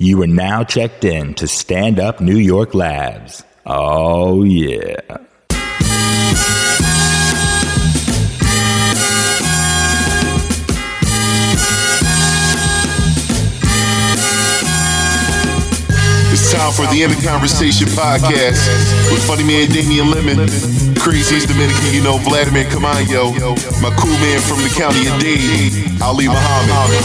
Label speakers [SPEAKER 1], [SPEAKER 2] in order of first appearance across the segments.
[SPEAKER 1] You are now checked in to Stand Up New York Labs. Oh, yeah.
[SPEAKER 2] It's time for the End of Conversation podcast with funny man Damian Lemon, crazy Dominican, you know, Vladimir Camayo, my cool man from the county of Dade, Ali Muhammad.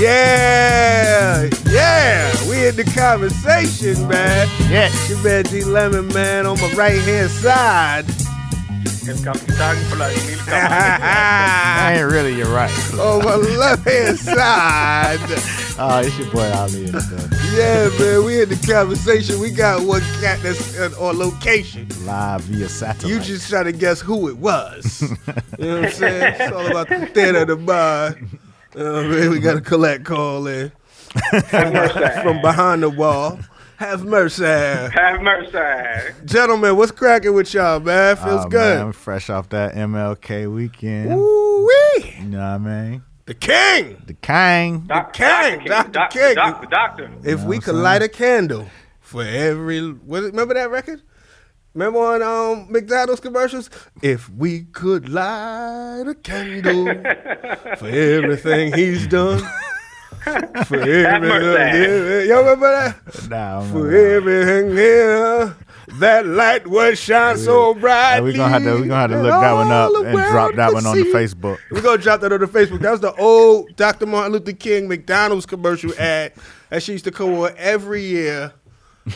[SPEAKER 3] Yeah, yeah, we in the conversation, man.
[SPEAKER 4] Yeah.
[SPEAKER 3] Your man D Lemon, man, on my right hand side.
[SPEAKER 5] El capitán Vladimir Camayo.
[SPEAKER 4] I ain't really, you're right.
[SPEAKER 3] on my left hand side.
[SPEAKER 4] Oh, it's your boy Ali. and stuff.
[SPEAKER 3] Yeah, man, we in the conversation. We got one cat that's on- on location.
[SPEAKER 4] Live via satellite.
[SPEAKER 3] You just try to guess who it was. you know what I'm saying? It's all about the theater of the mind. You know what I mean? We got a collect call in from behind the wall. Have mercy.
[SPEAKER 5] Have mercy.
[SPEAKER 3] Gentlemen, what's cracking with y'all, man?
[SPEAKER 4] Oh,
[SPEAKER 3] Feels
[SPEAKER 4] man, I'm
[SPEAKER 3] good.
[SPEAKER 4] fresh off that MLK weekend.
[SPEAKER 3] Ooh wee.
[SPEAKER 4] You know what I mean?
[SPEAKER 3] The king.
[SPEAKER 4] The Kang.
[SPEAKER 5] Doc-
[SPEAKER 3] King, Dr.
[SPEAKER 5] Doctor
[SPEAKER 3] King.
[SPEAKER 5] Doctor, doctor.
[SPEAKER 3] If we could light a candle for every was it, remember that record? Remember on um, McDonald's commercials? If we could light a candle for everything he's done. For everything,
[SPEAKER 5] mercy.
[SPEAKER 3] y'all remember that?
[SPEAKER 4] Nah, I'm
[SPEAKER 3] For
[SPEAKER 4] not-
[SPEAKER 3] everything, yeah, that light was shine so
[SPEAKER 4] Hey,
[SPEAKER 3] brightly.
[SPEAKER 4] we gonna have to we gonna have to look that one up
[SPEAKER 3] all the
[SPEAKER 4] and drop
[SPEAKER 3] world
[SPEAKER 4] that
[SPEAKER 3] could
[SPEAKER 4] one on the
[SPEAKER 3] see.
[SPEAKER 4] Facebook.
[SPEAKER 3] We're gonna drop that on the Facebook. That was the old Dr. Martin Luther King McDonald's commercial ad that she used to come on every year.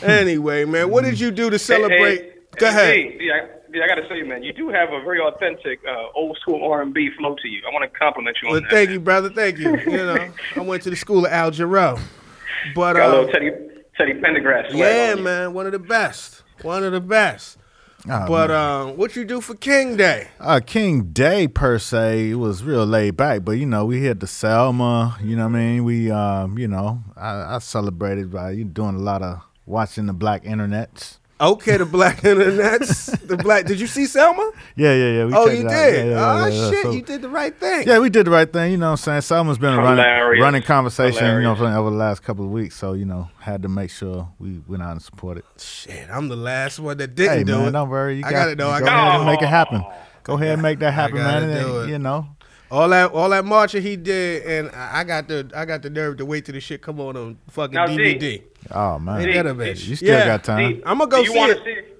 [SPEAKER 3] Anyway, man, what did you do to celebrate?
[SPEAKER 5] Hey,
[SPEAKER 3] Go
[SPEAKER 5] hey,
[SPEAKER 3] ahead.
[SPEAKER 5] hey, D, I- D, I gotta say, man, you do have a very authentic uh, old school R and B flow to you. I want to compliment you on
[SPEAKER 3] Well,
[SPEAKER 5] that.
[SPEAKER 3] thank you, brother. Thank you. You know, I went to the school of Al Jarreau, but
[SPEAKER 5] Got a
[SPEAKER 3] uh,
[SPEAKER 5] little Teddy Teddy Pendergrass. swag
[SPEAKER 3] yeah,
[SPEAKER 5] on you.
[SPEAKER 3] man, one of the best. One of the best.
[SPEAKER 4] Oh,
[SPEAKER 3] But
[SPEAKER 4] man.
[SPEAKER 3] um, what you do for King Day?
[SPEAKER 4] Uh, King Day per se was real laid back, but you know we hit the Selma. You know what I mean? We, um, you know, I, I celebrated by you doing a lot of watching the Black Internets.
[SPEAKER 3] Okay, the black internets. the black. Did you see Selma?
[SPEAKER 4] Yeah, yeah, yeah. We
[SPEAKER 3] oh,
[SPEAKER 4] checked
[SPEAKER 3] you
[SPEAKER 4] it out.
[SPEAKER 3] did.
[SPEAKER 4] Yeah, yeah,
[SPEAKER 3] oh
[SPEAKER 4] yeah, yeah.
[SPEAKER 3] shit,
[SPEAKER 4] So-
[SPEAKER 3] you did the right thing.
[SPEAKER 4] Yeah, we did the right thing. You know what I'm saying? Selma's been a running,
[SPEAKER 5] Hilarious.
[SPEAKER 4] running conversation, you know what
[SPEAKER 5] Hilarious.
[SPEAKER 4] I'm saying, over the last couple of weeks. So, you know, had to make sure we went out and supported.
[SPEAKER 3] Shit, I'm the last one that didn't
[SPEAKER 4] Hey,
[SPEAKER 3] do
[SPEAKER 4] man,
[SPEAKER 3] it.
[SPEAKER 4] don't worry. You
[SPEAKER 3] I
[SPEAKER 4] got,
[SPEAKER 3] gotta know, I
[SPEAKER 4] Go
[SPEAKER 3] gotta
[SPEAKER 4] ahead and
[SPEAKER 5] know.
[SPEAKER 4] make it happen. Go ahead and make that happen, man.
[SPEAKER 3] gotta
[SPEAKER 4] and
[SPEAKER 3] do
[SPEAKER 4] then,
[SPEAKER 3] it.
[SPEAKER 4] You know,
[SPEAKER 3] All that all that marching he did, and I I got the I got the nerve to wait till the shit come on on fucking
[SPEAKER 5] Now, D.
[SPEAKER 3] DVD.
[SPEAKER 4] oh, man.
[SPEAKER 3] Ain't that a
[SPEAKER 5] D,
[SPEAKER 3] bitch?
[SPEAKER 4] You still got time.
[SPEAKER 5] D,
[SPEAKER 3] I'ma go
[SPEAKER 5] do you
[SPEAKER 3] see
[SPEAKER 5] wanna
[SPEAKER 3] it.
[SPEAKER 5] See,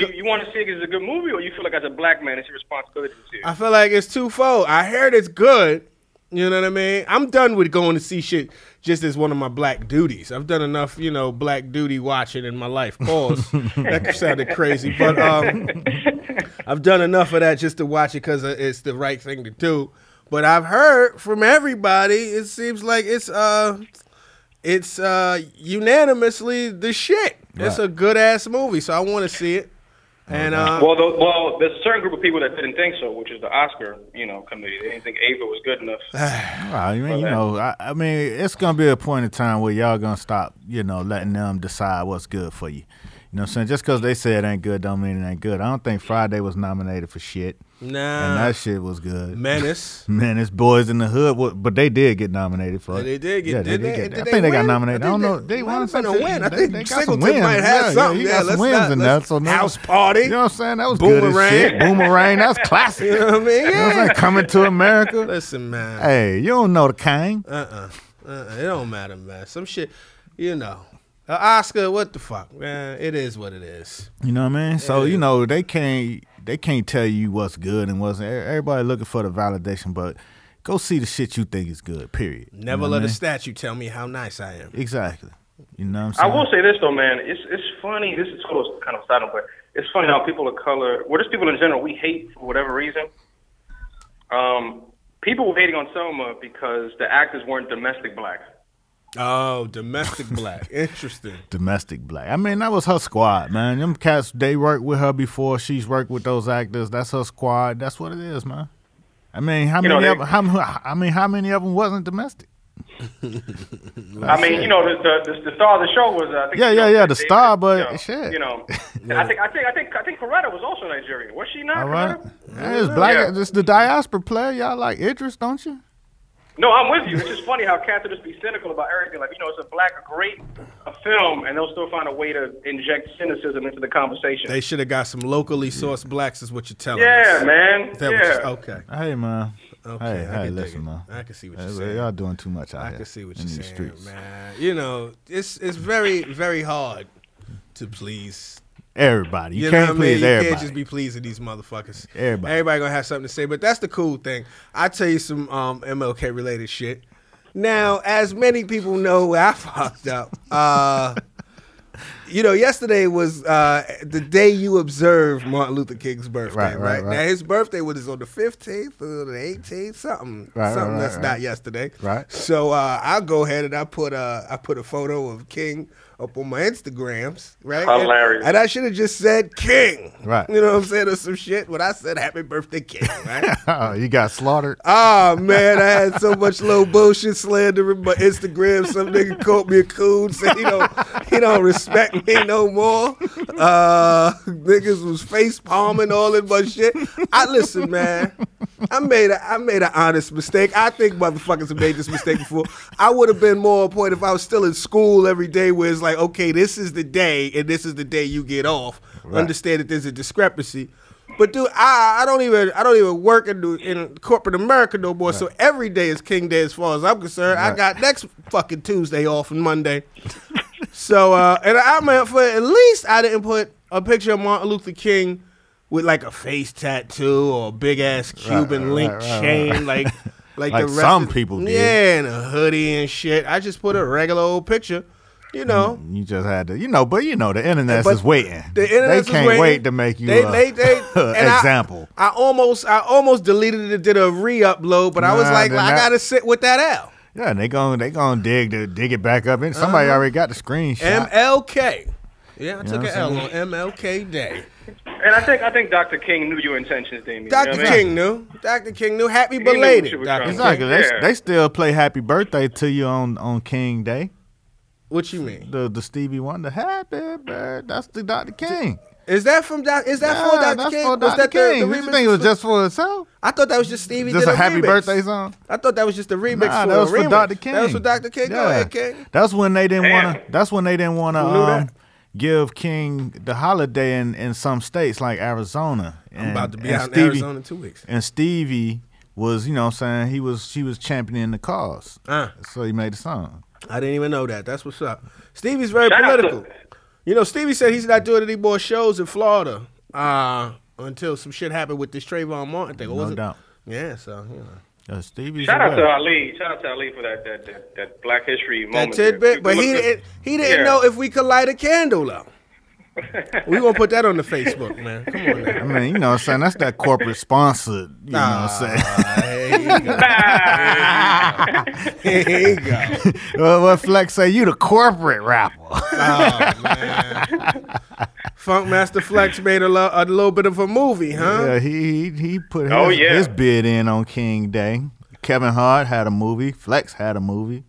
[SPEAKER 5] do you, you want to see it 'cause it's a good movie, or you feel like as a black man, it's your responsibility to see it?
[SPEAKER 3] I feel like it's twofold. I heard it's good. You know what I mean? I'm done with going to see shit just as one of my black duties. I've done enough, you know, black duty watching in my life. Pause. that sounded crazy, but um, I've done enough of that just to watch it because it's the right thing to do. But I've heard from everybody, it seems like it's uh, it's uh, unanimously the shit. It's
[SPEAKER 4] Right.
[SPEAKER 3] a good ass movie, so I want to see it. And uh,
[SPEAKER 5] Well, the, well, there's a certain group of people that didn't think so, which is the Oscar, you know, committee. They didn't think Ava was good enough.
[SPEAKER 4] Well, Ah, I mean, you know, I, I mean, it's gonna be a point in time where y'all gonna stop, you know, letting them decide what's good for you. You know what I'm saying? Just because they say it ain't good, don't mean it ain't good. I don't think Friday was nominated for shit, and
[SPEAKER 3] nah,
[SPEAKER 4] that shit was good.
[SPEAKER 3] menace.
[SPEAKER 4] Man, it's Boys in the Hood, what- but they did get nominated for it.
[SPEAKER 3] They did get-
[SPEAKER 4] yeah,
[SPEAKER 3] did they-
[SPEAKER 4] get
[SPEAKER 3] did
[SPEAKER 4] I
[SPEAKER 3] they
[SPEAKER 4] think they got
[SPEAKER 3] win?
[SPEAKER 4] nominated.
[SPEAKER 3] I
[SPEAKER 4] I, don't
[SPEAKER 3] think
[SPEAKER 4] know.
[SPEAKER 3] they-
[SPEAKER 4] They
[SPEAKER 3] might
[SPEAKER 4] won
[SPEAKER 3] have been a
[SPEAKER 4] something.
[SPEAKER 3] win. I
[SPEAKER 4] They,
[SPEAKER 3] think
[SPEAKER 4] they got some
[SPEAKER 3] Singleton
[SPEAKER 4] wins.
[SPEAKER 3] might have
[SPEAKER 4] yeah,
[SPEAKER 3] something.
[SPEAKER 4] Yeah, you
[SPEAKER 3] Yeah,
[SPEAKER 4] got
[SPEAKER 3] let's
[SPEAKER 4] some wins
[SPEAKER 3] not-
[SPEAKER 4] in
[SPEAKER 3] let's-
[SPEAKER 4] that. So now,
[SPEAKER 3] House Party.
[SPEAKER 4] You know what I'm saying? That was good as shit.
[SPEAKER 3] Boomerang.
[SPEAKER 4] Boomerang. That's classic.
[SPEAKER 3] You know what I mean?
[SPEAKER 4] You know what I'm
[SPEAKER 3] Yeah.
[SPEAKER 4] saying? Coming to America.
[SPEAKER 3] Listen, man.
[SPEAKER 4] Hey, you don't know the Kang.
[SPEAKER 3] Uh-uh. Uh-uh. It don't matter, man. Some shit, you know. Uh, Oscar, what the fuck, man? It is what it is.
[SPEAKER 4] You know what I mean? So
[SPEAKER 3] Yeah.
[SPEAKER 4] you know they can't they can't tell you what's good and what's. e- Everybody looking for the validation, but go see the shit you think is good. Period. You
[SPEAKER 3] Never
[SPEAKER 4] know what
[SPEAKER 3] let
[SPEAKER 4] I
[SPEAKER 3] a
[SPEAKER 4] mean?
[SPEAKER 3] statue tell me how nice I am.
[SPEAKER 4] Exactly. You know what I'm
[SPEAKER 5] I
[SPEAKER 4] saying?
[SPEAKER 5] will say this though, man. It's it's funny. This is total kind of side note, but it's funny how people of color, well, just people in general, we hate for whatever reason. Um, people were hating on Selma because the actors weren't domestic black.
[SPEAKER 3] Oh, domestic black. Interesting.
[SPEAKER 4] domestic black. I mean, that was her squad, man. Them cats, they worked with her before. She's worked with those actors. That's her squad. That's what it is, man. I mean, how
[SPEAKER 5] You
[SPEAKER 4] many
[SPEAKER 5] know,
[SPEAKER 4] of
[SPEAKER 5] they-
[SPEAKER 4] how, I mean, how many of them wasn't domestic?
[SPEAKER 5] I mean, you know, the the, the, the star of the show was uh, I think
[SPEAKER 4] Yeah,
[SPEAKER 5] you
[SPEAKER 4] yeah,
[SPEAKER 5] know,
[SPEAKER 4] yeah, the
[SPEAKER 5] David-
[SPEAKER 4] star, but
[SPEAKER 5] you know,
[SPEAKER 4] shit.
[SPEAKER 5] You know, I think I think I think I think Coretta was also Nigerian. Was she not?
[SPEAKER 4] All right,
[SPEAKER 5] Coretta?
[SPEAKER 4] yeah, it's black.
[SPEAKER 5] Yeah.
[SPEAKER 4] It's the diaspora player. Y'all like Idris, don't you?
[SPEAKER 5] No, I'm with you. It's just funny how cats will just be cynical about everything. Like, you know, it's a black, a great a film, and they'll still find a way to inject cynicism into the conversation.
[SPEAKER 3] They should have got some locally sourced blacks, is what you're telling
[SPEAKER 5] yeah,
[SPEAKER 3] us.
[SPEAKER 5] man.
[SPEAKER 3] Is that what
[SPEAKER 5] Yeah.
[SPEAKER 3] you're- okay.
[SPEAKER 4] Hey man.
[SPEAKER 3] Okay, I
[SPEAKER 4] hey,
[SPEAKER 3] can
[SPEAKER 4] hey,
[SPEAKER 3] dig
[SPEAKER 4] listen,
[SPEAKER 3] it.
[SPEAKER 4] man.
[SPEAKER 3] I can see what
[SPEAKER 4] Hey,
[SPEAKER 3] you're
[SPEAKER 4] well,
[SPEAKER 3] saying.
[SPEAKER 4] Y'all doing too much out
[SPEAKER 3] I
[SPEAKER 4] here
[SPEAKER 3] can see what
[SPEAKER 4] in
[SPEAKER 3] you're
[SPEAKER 4] these
[SPEAKER 3] saying,
[SPEAKER 4] streets.
[SPEAKER 3] man. You know, it's it's very very hard to please.
[SPEAKER 4] Everybody, you,
[SPEAKER 3] You know
[SPEAKER 4] can't
[SPEAKER 3] what I mean?
[SPEAKER 4] please
[SPEAKER 3] You
[SPEAKER 4] everybody.
[SPEAKER 3] can't just be pleasing these motherfuckers.
[SPEAKER 4] Everybody.
[SPEAKER 3] everybody gonna have something to say. But that's the cool thing. I tell you some um, MLK related shit. Now, as many people know, where I fucked up. Uh, you know, yesterday was uh, the day you observed Martin Luther King's birthday, right?
[SPEAKER 4] Right, right, right.
[SPEAKER 3] Now his birthday was on the fifteenth or the eighteenth, something,
[SPEAKER 4] Right, right,
[SPEAKER 3] something
[SPEAKER 4] right,
[SPEAKER 3] that's
[SPEAKER 4] right.
[SPEAKER 3] not yesterday.
[SPEAKER 4] Right.
[SPEAKER 3] So uh, I'll go ahead and I put a I put a photo of King up on my Instagrams, right? And-
[SPEAKER 5] Hilarious.
[SPEAKER 3] And, I should have just said King,
[SPEAKER 4] Right.
[SPEAKER 3] You know what I'm saying, or some shit. When I said Happy Birthday King, right?
[SPEAKER 4] oh, you got slaughtered.
[SPEAKER 3] Ah man, I had so much low bullshit slander in my Instagram. Some nigga called me a coon, said he don't he don't respect me no more. Uh, niggas was face palming all in my shit. I listen, man. I made a I made an honest mistake. I think motherfuckers have made this mistake before. I would have been more on point if I was still in school every day, where it's like, okay, this is the day, and this is the day you get off. Understand that there's a discrepancy. But dude, I I don't even I don't even work in the- in corporate America no more. So every day is King Day as far as I'm concerned. I got next fucking Tuesday off and Monday. so uh, and I meant for at least I didn't put a picture of Martin Luther King with like a face tattoo or a big ass Cuban link
[SPEAKER 4] right, right,
[SPEAKER 3] chain like like,
[SPEAKER 4] Like
[SPEAKER 3] the rest
[SPEAKER 4] some
[SPEAKER 3] of-
[SPEAKER 4] people did.
[SPEAKER 3] Yeah, and a hoodie and shit. I just put a regular old picture. You know,
[SPEAKER 4] You just had to, you know, but you know, the internet
[SPEAKER 3] But
[SPEAKER 4] is waiting.
[SPEAKER 3] the internet
[SPEAKER 4] they can't wait to make you a
[SPEAKER 3] and I-
[SPEAKER 4] example.
[SPEAKER 3] I, almost, I almost deleted it, and did a re-upload, but I was
[SPEAKER 4] Nah,
[SPEAKER 3] like,
[SPEAKER 4] then
[SPEAKER 3] I
[SPEAKER 4] that-
[SPEAKER 3] gotta sit with that out.
[SPEAKER 4] yeah, and they gon' they gon' dig to dig it back up. And somebody
[SPEAKER 3] Uh-huh.
[SPEAKER 4] already got the screenshot.
[SPEAKER 3] MLK. Yeah, I took
[SPEAKER 4] what
[SPEAKER 3] an
[SPEAKER 4] I'm
[SPEAKER 3] L on MLK Day.
[SPEAKER 5] And I think I think Dr. King knew your intentions, Damien. You know
[SPEAKER 3] Dr.
[SPEAKER 5] what I mean?
[SPEAKER 3] King knew. Dr. King knew. Happy
[SPEAKER 5] knew what
[SPEAKER 3] belated.
[SPEAKER 5] you were
[SPEAKER 3] Dr.
[SPEAKER 5] trying to
[SPEAKER 3] King.
[SPEAKER 4] Exactly. They,
[SPEAKER 5] Yeah.
[SPEAKER 4] they still play Happy Birthday to you on on King Day.
[SPEAKER 3] What you mean?
[SPEAKER 4] The the Stevie Wonder Happy Birthday. That's the Dr. King.
[SPEAKER 3] Is that from Doc? Is that for
[SPEAKER 4] Yeah,
[SPEAKER 3] Dr.
[SPEAKER 4] that's
[SPEAKER 3] King?
[SPEAKER 4] for
[SPEAKER 3] Was
[SPEAKER 4] Dr.
[SPEAKER 3] that the-
[SPEAKER 4] King.
[SPEAKER 3] The,
[SPEAKER 4] you
[SPEAKER 3] remix
[SPEAKER 4] think it was
[SPEAKER 3] for-
[SPEAKER 4] just for itself?
[SPEAKER 3] I thought that was just Stevie.
[SPEAKER 4] Just
[SPEAKER 3] did
[SPEAKER 4] a Happy
[SPEAKER 3] remix.
[SPEAKER 4] Birthday song?
[SPEAKER 3] I thought that was just the remix
[SPEAKER 4] Nah,
[SPEAKER 3] for
[SPEAKER 4] that was
[SPEAKER 3] a remix.
[SPEAKER 4] for Dr. King.
[SPEAKER 3] That was for Dr. King. Go
[SPEAKER 4] Yeah.
[SPEAKER 3] ahead, King.
[SPEAKER 4] That's when they didn't
[SPEAKER 5] Damn.
[SPEAKER 4] want to. That's when they didn't want to
[SPEAKER 3] Who knew
[SPEAKER 4] um,
[SPEAKER 3] that?
[SPEAKER 4] give King the holiday in, in some states like Arizona. And,
[SPEAKER 3] I'm about to be
[SPEAKER 4] and
[SPEAKER 3] out in Arizona in two weeks.
[SPEAKER 4] And Stevie was, you know, what I'm saying he was she was championing the cause,
[SPEAKER 3] Uh.
[SPEAKER 4] so he made the song.
[SPEAKER 3] I didn't even know that. That's what's up. Stevie's very
[SPEAKER 5] Shout out to-
[SPEAKER 3] political. You know, Stevie said he's not doing any more shows in Florida uh, until some shit happened with this Trayvon Martin thing. Or
[SPEAKER 4] No
[SPEAKER 3] was it?
[SPEAKER 4] doubt.
[SPEAKER 3] Yeah, so you know.
[SPEAKER 4] Uh, Stevie's
[SPEAKER 5] Shout
[SPEAKER 4] a
[SPEAKER 5] out to
[SPEAKER 4] rebel.
[SPEAKER 5] Ali. Shout out to Ali for that that, that, that Black History
[SPEAKER 3] that
[SPEAKER 5] moment. there.
[SPEAKER 3] tidbit, but
[SPEAKER 5] Look
[SPEAKER 3] he
[SPEAKER 5] good.
[SPEAKER 3] didn't. He didn't
[SPEAKER 5] Yeah.
[SPEAKER 3] know if we could light a candle though. we gonna put that on the Facebook, man. Come on,
[SPEAKER 4] I
[SPEAKER 3] now.
[SPEAKER 4] mean, you know, what I'm saying that's that corporate sponsored. You know, what I'm saying.
[SPEAKER 3] Ah, here you go. Here you go.
[SPEAKER 4] well, what Flex say? You the corporate rapper.
[SPEAKER 3] Funk Master Flex made a, lo- a little bit of a movie, huh?
[SPEAKER 4] Yeah, he he, he put his,
[SPEAKER 5] Oh, yeah.
[SPEAKER 4] his bid in on King Day. Kevin Hart had a movie. Flex had a movie.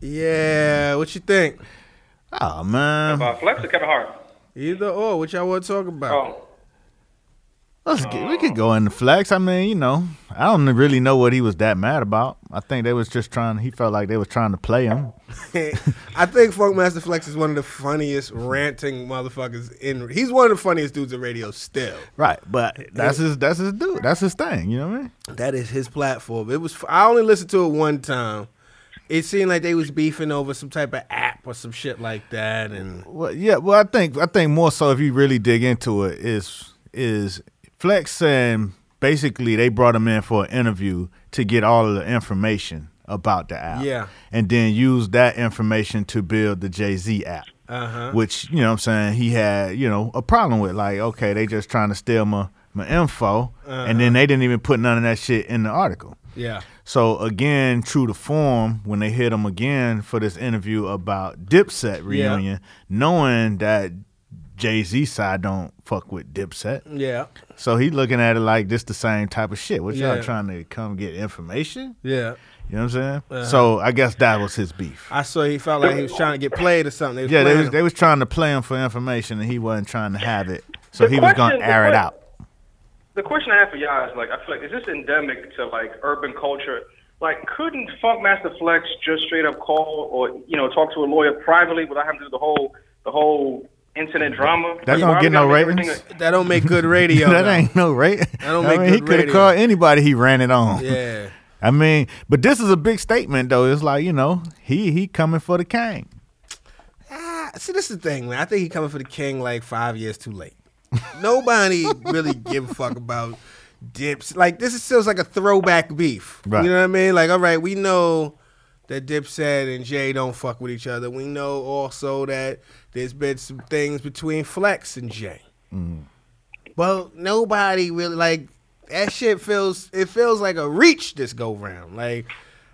[SPEAKER 3] Yeah. What you think?
[SPEAKER 4] Oh man,
[SPEAKER 5] Uh, Flex or Kevin Hart?
[SPEAKER 3] Either or, what y'all want to talk about?
[SPEAKER 5] Oh,
[SPEAKER 4] Let's get, we could go into Flex. I mean, you know, I don't really know what he was that mad about. I think they was just trying. He felt like they was trying to play him.
[SPEAKER 3] I think Funk Master Flex is one of the funniest ranting motherfuckers in. He's one of the funniest dudes in radio still.
[SPEAKER 4] Right, but that's his that's his dude. That's his thing. You know what I mean?
[SPEAKER 3] That is his platform. It was. I only listened to it one time. It seemed like they was beefing over some type of app or some shit like that, and
[SPEAKER 4] Well, yeah. Well, I think I think more so if you really dig into it is is Flex saying basically they brought him in for an interview to get all of the information about the app.
[SPEAKER 3] Yeah.
[SPEAKER 4] and then use that information to build the Jay Z app.
[SPEAKER 3] Uh-huh.
[SPEAKER 4] Which you know what I'm saying he had you know a problem with like okay they just trying to steal my my info and
[SPEAKER 3] Uh-huh.
[SPEAKER 4] then they didn't even put none of that shit in the article.
[SPEAKER 3] yeah,
[SPEAKER 4] So again, true to form, when they hit him again for this interview about Dipset reunion, knowing that Jay Z side don't fuck with Dipset,
[SPEAKER 3] yeah,
[SPEAKER 4] so he looking at it like this the same type of shit. What
[SPEAKER 3] Yeah.
[SPEAKER 4] y'all trying to come get information?
[SPEAKER 3] yeah.
[SPEAKER 4] You know what I'm saying? So I guess that was his beef.
[SPEAKER 3] Uh-huh. I saw he felt like he was trying to get played or something. They was
[SPEAKER 4] Yeah, they
[SPEAKER 3] playing
[SPEAKER 4] was
[SPEAKER 3] him.
[SPEAKER 4] they was trying to play him for information, and he wasn't trying to have it. So
[SPEAKER 5] The
[SPEAKER 4] he was gonna
[SPEAKER 5] question- the
[SPEAKER 4] air it
[SPEAKER 5] que-
[SPEAKER 4] out.
[SPEAKER 5] the question I have for y'all is like, I feel like, is this endemic to like urban culture? Like, couldn't Funkmaster Flex just straight up call or you know talk to a lawyer privately without having to do the whole the whole incident drama?
[SPEAKER 4] That
[SPEAKER 5] Like,
[SPEAKER 4] don't
[SPEAKER 5] why we
[SPEAKER 4] get no
[SPEAKER 5] gotta make everything
[SPEAKER 4] ratings?
[SPEAKER 5] a-
[SPEAKER 3] That don't make good radio.
[SPEAKER 4] that
[SPEAKER 3] though.
[SPEAKER 4] ain't no right. I
[SPEAKER 3] don't make
[SPEAKER 4] mean, he
[SPEAKER 3] good
[SPEAKER 4] could have
[SPEAKER 3] radio.
[SPEAKER 4] called anybody. He ran it on.
[SPEAKER 3] Yeah.
[SPEAKER 4] I mean, but this is a big statement though. It's like you know he he coming for the king.
[SPEAKER 3] Ah, see, this is the thing, man. I think he coming for the king like five years too late. Nobody really give a fuck about Dips. Like this is feels like a throwback beef.
[SPEAKER 4] Right.
[SPEAKER 3] You know what I mean? Like, all right, we know that Dipset and Jay don't fuck with each other. We know also that there's been some things between Flex and Jay.
[SPEAKER 4] Mm-hmm.
[SPEAKER 3] Well, nobody really like that shit. Feels it feels like a reach this go round. Like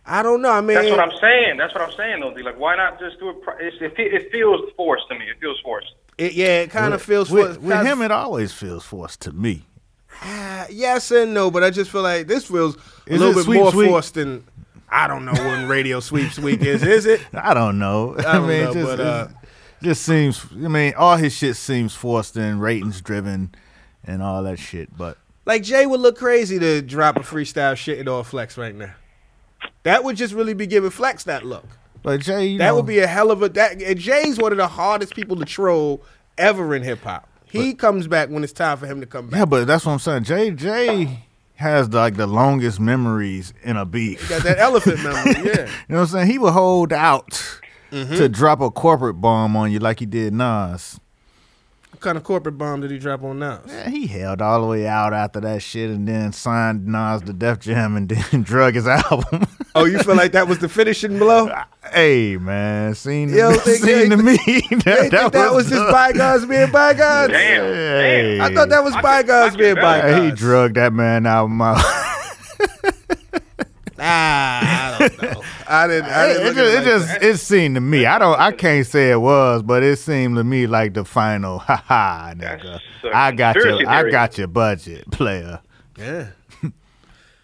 [SPEAKER 3] I don't know. I mean,
[SPEAKER 5] That's what I'm saying. That's what I'm saying, though. D. Like, why not just do it? Pri- it's, it, fe- it feels forced to me. It feels forced.
[SPEAKER 3] it, yeah, it kind of feels
[SPEAKER 4] with, with
[SPEAKER 3] kinda
[SPEAKER 4] him. It always feels forced to me.
[SPEAKER 3] Uh, yes and no, but I just feel like this feels
[SPEAKER 4] Is
[SPEAKER 3] a
[SPEAKER 4] it
[SPEAKER 3] little bit
[SPEAKER 4] sweeps
[SPEAKER 3] more
[SPEAKER 4] week?
[SPEAKER 3] forced than I don't know when Radio Sweeps Week is. Is it?
[SPEAKER 4] I don't know. I,
[SPEAKER 3] don't
[SPEAKER 4] mean,
[SPEAKER 3] know,
[SPEAKER 4] just,
[SPEAKER 3] but, uh,
[SPEAKER 4] it's- just seems. I mean, all his shit seems forced and ratings driven, and all that shit. But
[SPEAKER 3] Like Jay would look crazy to drop a freestyle shitting on Flex right now. That would just really be giving Flex that look.
[SPEAKER 4] but Jay, you
[SPEAKER 3] That
[SPEAKER 4] know,
[SPEAKER 3] would be a hell of a that. And Jay's one of the hardest people to troll ever in hip hop. He comes back when it's time for him to come back.
[SPEAKER 4] yeah. But that's what I'm saying. Jay Jay has like the longest memories in a beef.
[SPEAKER 3] Got that elephant memory, yeah.
[SPEAKER 4] You know what I'm saying? He would hold out
[SPEAKER 3] Mm-hmm.
[SPEAKER 4] to drop a corporate bomb on you like he did Nas.
[SPEAKER 3] What kind of corporate bomb did he drop on Nas?
[SPEAKER 4] Yeah, He held all the way out after that shit and then signed Nas to Def Jam and then drug his album.
[SPEAKER 3] Oh, you feel like that was the finishing blow?
[SPEAKER 4] hey, man, seen
[SPEAKER 3] You
[SPEAKER 4] to,
[SPEAKER 3] don't think-
[SPEAKER 4] seen to
[SPEAKER 3] you
[SPEAKER 4] me.
[SPEAKER 3] They
[SPEAKER 4] that,
[SPEAKER 3] think that was just
[SPEAKER 4] the-
[SPEAKER 3] bygones being bygones.
[SPEAKER 5] Damn.
[SPEAKER 4] Hey.
[SPEAKER 5] Damn.
[SPEAKER 3] I thought that was
[SPEAKER 5] I can- I
[SPEAKER 3] bygones
[SPEAKER 5] can
[SPEAKER 3] being
[SPEAKER 5] do that.
[SPEAKER 3] bygones.
[SPEAKER 4] He drugged that man album out.
[SPEAKER 3] Ah, I don't know. I didn't. I
[SPEAKER 4] it,
[SPEAKER 3] didn't
[SPEAKER 4] it
[SPEAKER 3] look at
[SPEAKER 4] just, it,
[SPEAKER 3] it like
[SPEAKER 4] just it seemed to me. I don't. I can't say it was, but it seemed to me like the final. Ha ha, nigga.
[SPEAKER 5] a
[SPEAKER 4] I got your.
[SPEAKER 5] conspiracy
[SPEAKER 4] I
[SPEAKER 5] theory.
[SPEAKER 4] got your budget, player.
[SPEAKER 3] that. Yeah.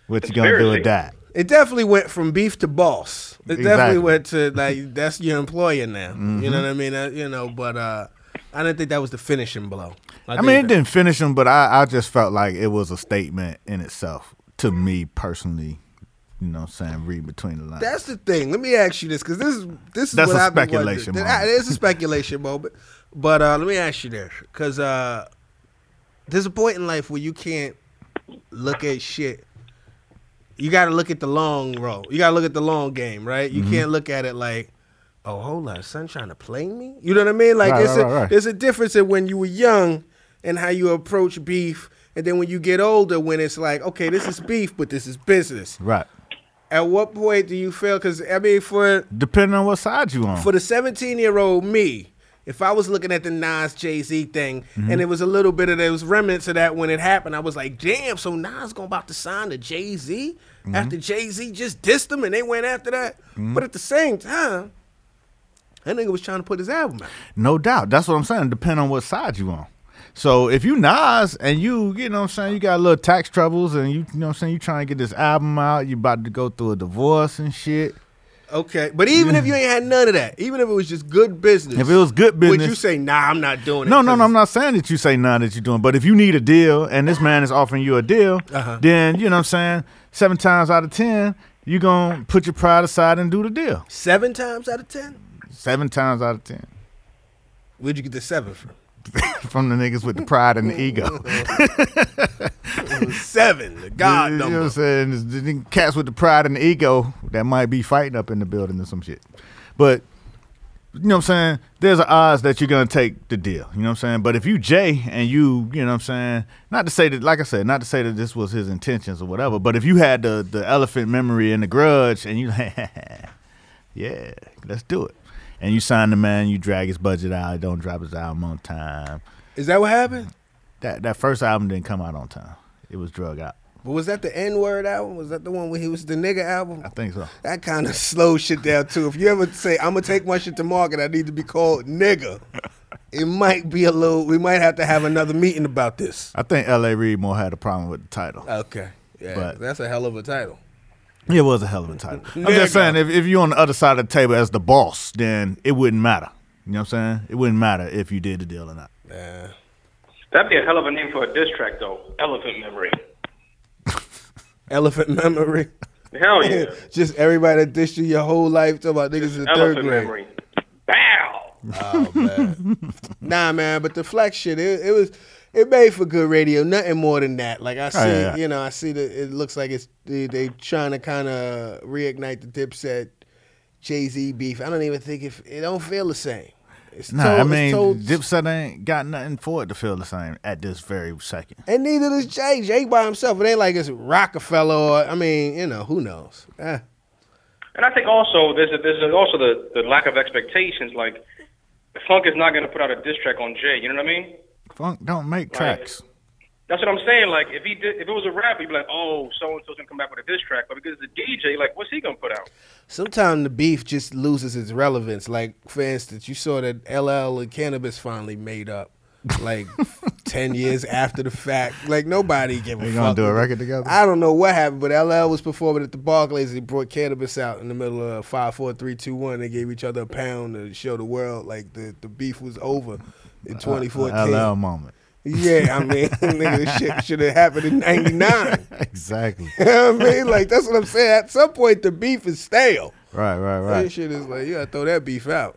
[SPEAKER 4] What you gonna do
[SPEAKER 5] Conspiracy.
[SPEAKER 4] with that?
[SPEAKER 3] It definitely went from beef to boss. It
[SPEAKER 4] Exactly. Mm-hmm.
[SPEAKER 3] definitely went to like that's your employer now. You know what I mean? Uh, you know, but uh, I didn't think that was the finishing blow.
[SPEAKER 4] I mean, it
[SPEAKER 3] did.
[SPEAKER 4] didn't finish him, but I, I just felt like it was a statement in itself to me personally. You know, what I'm saying read between the lines.
[SPEAKER 3] That's the thing. Let me ask you this because this is this is
[SPEAKER 4] That's
[SPEAKER 3] what
[SPEAKER 4] a
[SPEAKER 3] I've been
[SPEAKER 4] speculation
[SPEAKER 3] wondering.
[SPEAKER 4] moment.
[SPEAKER 3] It is a speculation moment, but uh, let me ask you this because uh, there's a point in life where you can't look at shit. You got to look at the long road. You got to look at the long game, right?
[SPEAKER 4] Mm-hmm.
[SPEAKER 3] You can't look at it like, oh, hold on, son, trying to play me. You know what I mean? Like
[SPEAKER 4] Right,
[SPEAKER 3] there's
[SPEAKER 4] right,
[SPEAKER 3] a
[SPEAKER 4] right, right.
[SPEAKER 3] there's a difference in when you were young and how you approach beef, and then when you get older, when it's like, okay, this is beef, but this is business
[SPEAKER 4] right.
[SPEAKER 3] at what point do you feel? Because I mean, for
[SPEAKER 4] Depending on what side you on.
[SPEAKER 3] for the seventeen year old me, if I was looking at the Nas Jay Z thing,
[SPEAKER 4] Mm-hmm.
[SPEAKER 3] and it was a little bit of those remnants of that when it happened, I was like, damn. So Nas going about to sign to Jay Z
[SPEAKER 4] Mm-hmm.
[SPEAKER 3] after Jay Z just dissed him, and they went after that. But at the same time, that nigga was trying to put his album out.
[SPEAKER 4] No doubt. That's what I'm saying. Depend on what side you on. So if you Nas and you, you know what I'm saying, you got little tax troubles and you, you know what I'm saying, you trying to get this album out, you about to go through a divorce and shit.
[SPEAKER 3] Okay, but even if you ain't had none of that, even if it was just good business,
[SPEAKER 4] If it was good
[SPEAKER 3] would you
[SPEAKER 4] business-
[SPEAKER 3] say, nah, I'm not doing it?
[SPEAKER 4] No, no,
[SPEAKER 3] 'cause
[SPEAKER 4] no, I'm not saying that you say none that you're doing, but if you need a deal and this man is offering you a deal,
[SPEAKER 3] Uh-huh.
[SPEAKER 4] then you know what I'm saying, seven times out of ten, you gonna put your pride aside and do the deal.
[SPEAKER 3] Seven times out of ten,
[SPEAKER 4] Seven times out of ten.
[SPEAKER 3] where'd you get the seven from?
[SPEAKER 4] From the niggas with the pride and the ego.
[SPEAKER 3] Seven, the God
[SPEAKER 4] you know
[SPEAKER 3] number.
[SPEAKER 4] what I'm saying? It's the nigga- Cats with the pride and the ego that might be fighting up in the building or some shit. But you know what I'm saying? There's an odds that you're gonna take the deal. You know what I'm saying? But if you Jay and you, you know what I'm saying, not to say that like I said, not to say that this was his intentions or whatever, but if you had the the elephant memory and the grudge and you like Yeah, let's do it. And you sign the man, you drag his budget out, don't drop his album on time.
[SPEAKER 3] Is that what happened?
[SPEAKER 4] That that first album didn't come out on time. It was drug out.
[SPEAKER 3] But was that the N word album? Was that the one where he was the nigga album?
[SPEAKER 4] I think so.
[SPEAKER 3] That kind of slows shit down too. If you ever say I'm gonna take my shit to market, I need to be called nigga. It might be a little. We might have to have another meeting about this.
[SPEAKER 4] I think L.A. Reid more had a problem with the title.
[SPEAKER 3] Okay. Yeah,
[SPEAKER 4] But-
[SPEAKER 3] that's a hell of a title.
[SPEAKER 4] It was a hell of a title. I'm
[SPEAKER 3] Nigga.
[SPEAKER 4] just saying, if, if you're on the other side of the table as the boss, then it wouldn't matter. You know what I'm saying? It wouldn't matter if you did the deal or not.
[SPEAKER 3] Yeah.
[SPEAKER 5] That'd be a hell of a name for a diss track, though. Elephant Memory.
[SPEAKER 3] Elephant memory.
[SPEAKER 5] Hell Oh, yeah.
[SPEAKER 3] Just everybody that dissed you your whole life talking about niggas in third
[SPEAKER 5] Elephant
[SPEAKER 3] grade.
[SPEAKER 5] memory. Bow.
[SPEAKER 3] Nah, man, but the flex shit, it, it was, it made for good radio. Nothing more than that. Like I see,
[SPEAKER 4] Oh, yeah.
[SPEAKER 3] you know, I see that it looks like it's they, they trying to kind of reignite the Dipset Jay Z beef. I don't even think if it don't feel the same. It's
[SPEAKER 4] Nah,
[SPEAKER 3] told-
[SPEAKER 4] I
[SPEAKER 3] it's
[SPEAKER 4] mean,
[SPEAKER 3] told-
[SPEAKER 4] Dipset ain't got nothing for it to feel the same at this very second.
[SPEAKER 3] and neither does Jay. Jay by himself. It ain't like it's Rockefeller or I mean, you know, who knows? Eh.
[SPEAKER 5] And I think also there's a, there's a, also the, the lack of expectations. Like Funk is not going to put out a diss track on Jay. You know what I mean?
[SPEAKER 4] Funk don't make
[SPEAKER 5] Right.
[SPEAKER 4] tracks.
[SPEAKER 5] That's what I'm saying. Like if he did, if it was a rapper, you'd be like, oh, so and so's gonna come back with a diss track. But because it's a DJ, like, what's he gonna put out?
[SPEAKER 3] Sometimes the beef just loses its relevance. Like, for instance, you saw that LL and Cannabis finally made up, like ten years after the fact. Like nobody gave a
[SPEAKER 4] They
[SPEAKER 3] fuck.
[SPEAKER 4] gonna do a record together?
[SPEAKER 3] I don't know what happened, but LL was performing at the Barclays. and He brought Cannabis out in the middle of five, four, three, two, one. They gave each other a pound to show the world like the the beef was over
[SPEAKER 4] Uh,
[SPEAKER 3] in 2014.
[SPEAKER 4] LL moment.
[SPEAKER 3] Yeah, I mean, nigga, this shit should have happened in '99.
[SPEAKER 4] Exactly.
[SPEAKER 3] You know what I mean, like that's what I'm saying. At some point, the beef is stale.
[SPEAKER 4] Right, right,
[SPEAKER 3] That
[SPEAKER 4] right.
[SPEAKER 3] shit is like you gotta throw that beef out.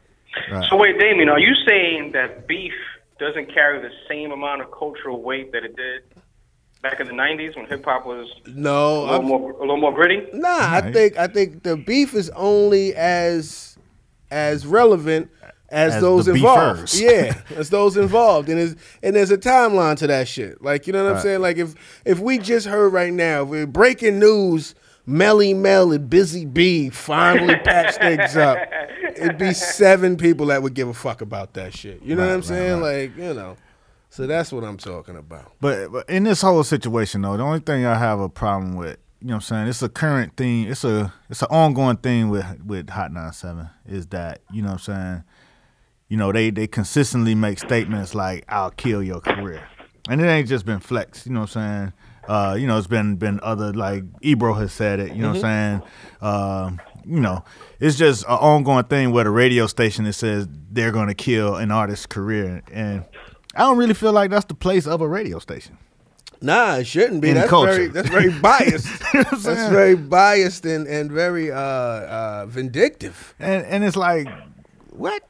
[SPEAKER 5] So wait, Damien, are you saying that beef doesn't carry the same amount of cultural weight that it did back in the '90s when hip hop was a
[SPEAKER 3] No,
[SPEAKER 5] little
[SPEAKER 3] I'm,
[SPEAKER 5] more a little more gritty?
[SPEAKER 3] nah. I
[SPEAKER 4] Right.
[SPEAKER 3] think I think the beef is only as as relevant as,
[SPEAKER 4] As
[SPEAKER 3] those
[SPEAKER 4] the
[SPEAKER 3] involved.
[SPEAKER 4] beefers.
[SPEAKER 3] Yeah, as those involved, and there's and there's a timeline to that shit. Like you know what I'm saying. Like if if we just heard right now, if we're breaking news. Melly Mel and Busy Bee finally patched things up. It'd be seven people that would give a fuck about that shit. You know what I'm saying? Like, you know. So that's what I'm talking about.
[SPEAKER 4] But, but in this whole situation though, the only thing I have a problem with, you know what I'm saying, it's a current thing, it's a it's an ongoing thing with with Hot 97 is that, you know what I'm saying, you know, they they consistently make statements like I'll kill your career. And it ain't just been flex, you know what I'm saying? Uh, you know, it's been been other like Ebro has said it, you know what I'm saying? Um, you know, it's just an ongoing thing where the radio station that says they're gonna kill an artist's career and I don't really feel like that's the place of a radio station.
[SPEAKER 3] Nah, it shouldn't be.
[SPEAKER 4] In
[SPEAKER 3] That's
[SPEAKER 4] culture.
[SPEAKER 3] very that's very biased.
[SPEAKER 4] know what I'm
[SPEAKER 3] that's
[SPEAKER 4] saying?
[SPEAKER 3] very biased and, and very uh, uh, vindictive.
[SPEAKER 4] And and it's like what?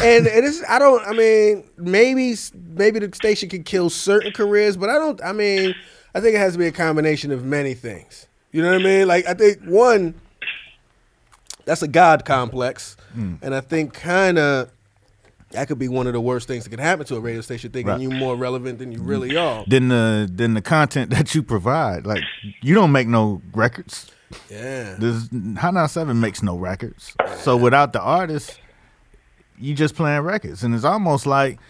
[SPEAKER 3] And it is I don't I mean maybe s- maybe the station could kill certain careers, but I don't I mean I think it has to be a combination of many things. You know what I mean? Like I think one that's a god complex,
[SPEAKER 4] Hmm.
[SPEAKER 3] and I think kind of that could be one of the worst things that could happen to a radio station thinking
[SPEAKER 4] Right. Mm-hmm.
[SPEAKER 3] you more relevant than you really are.
[SPEAKER 4] Then the then the content that you provide, like you don't make no records.
[SPEAKER 3] Yeah.
[SPEAKER 4] This Hot 97 makes no records. So without the artist, you just playing records. And it's almost like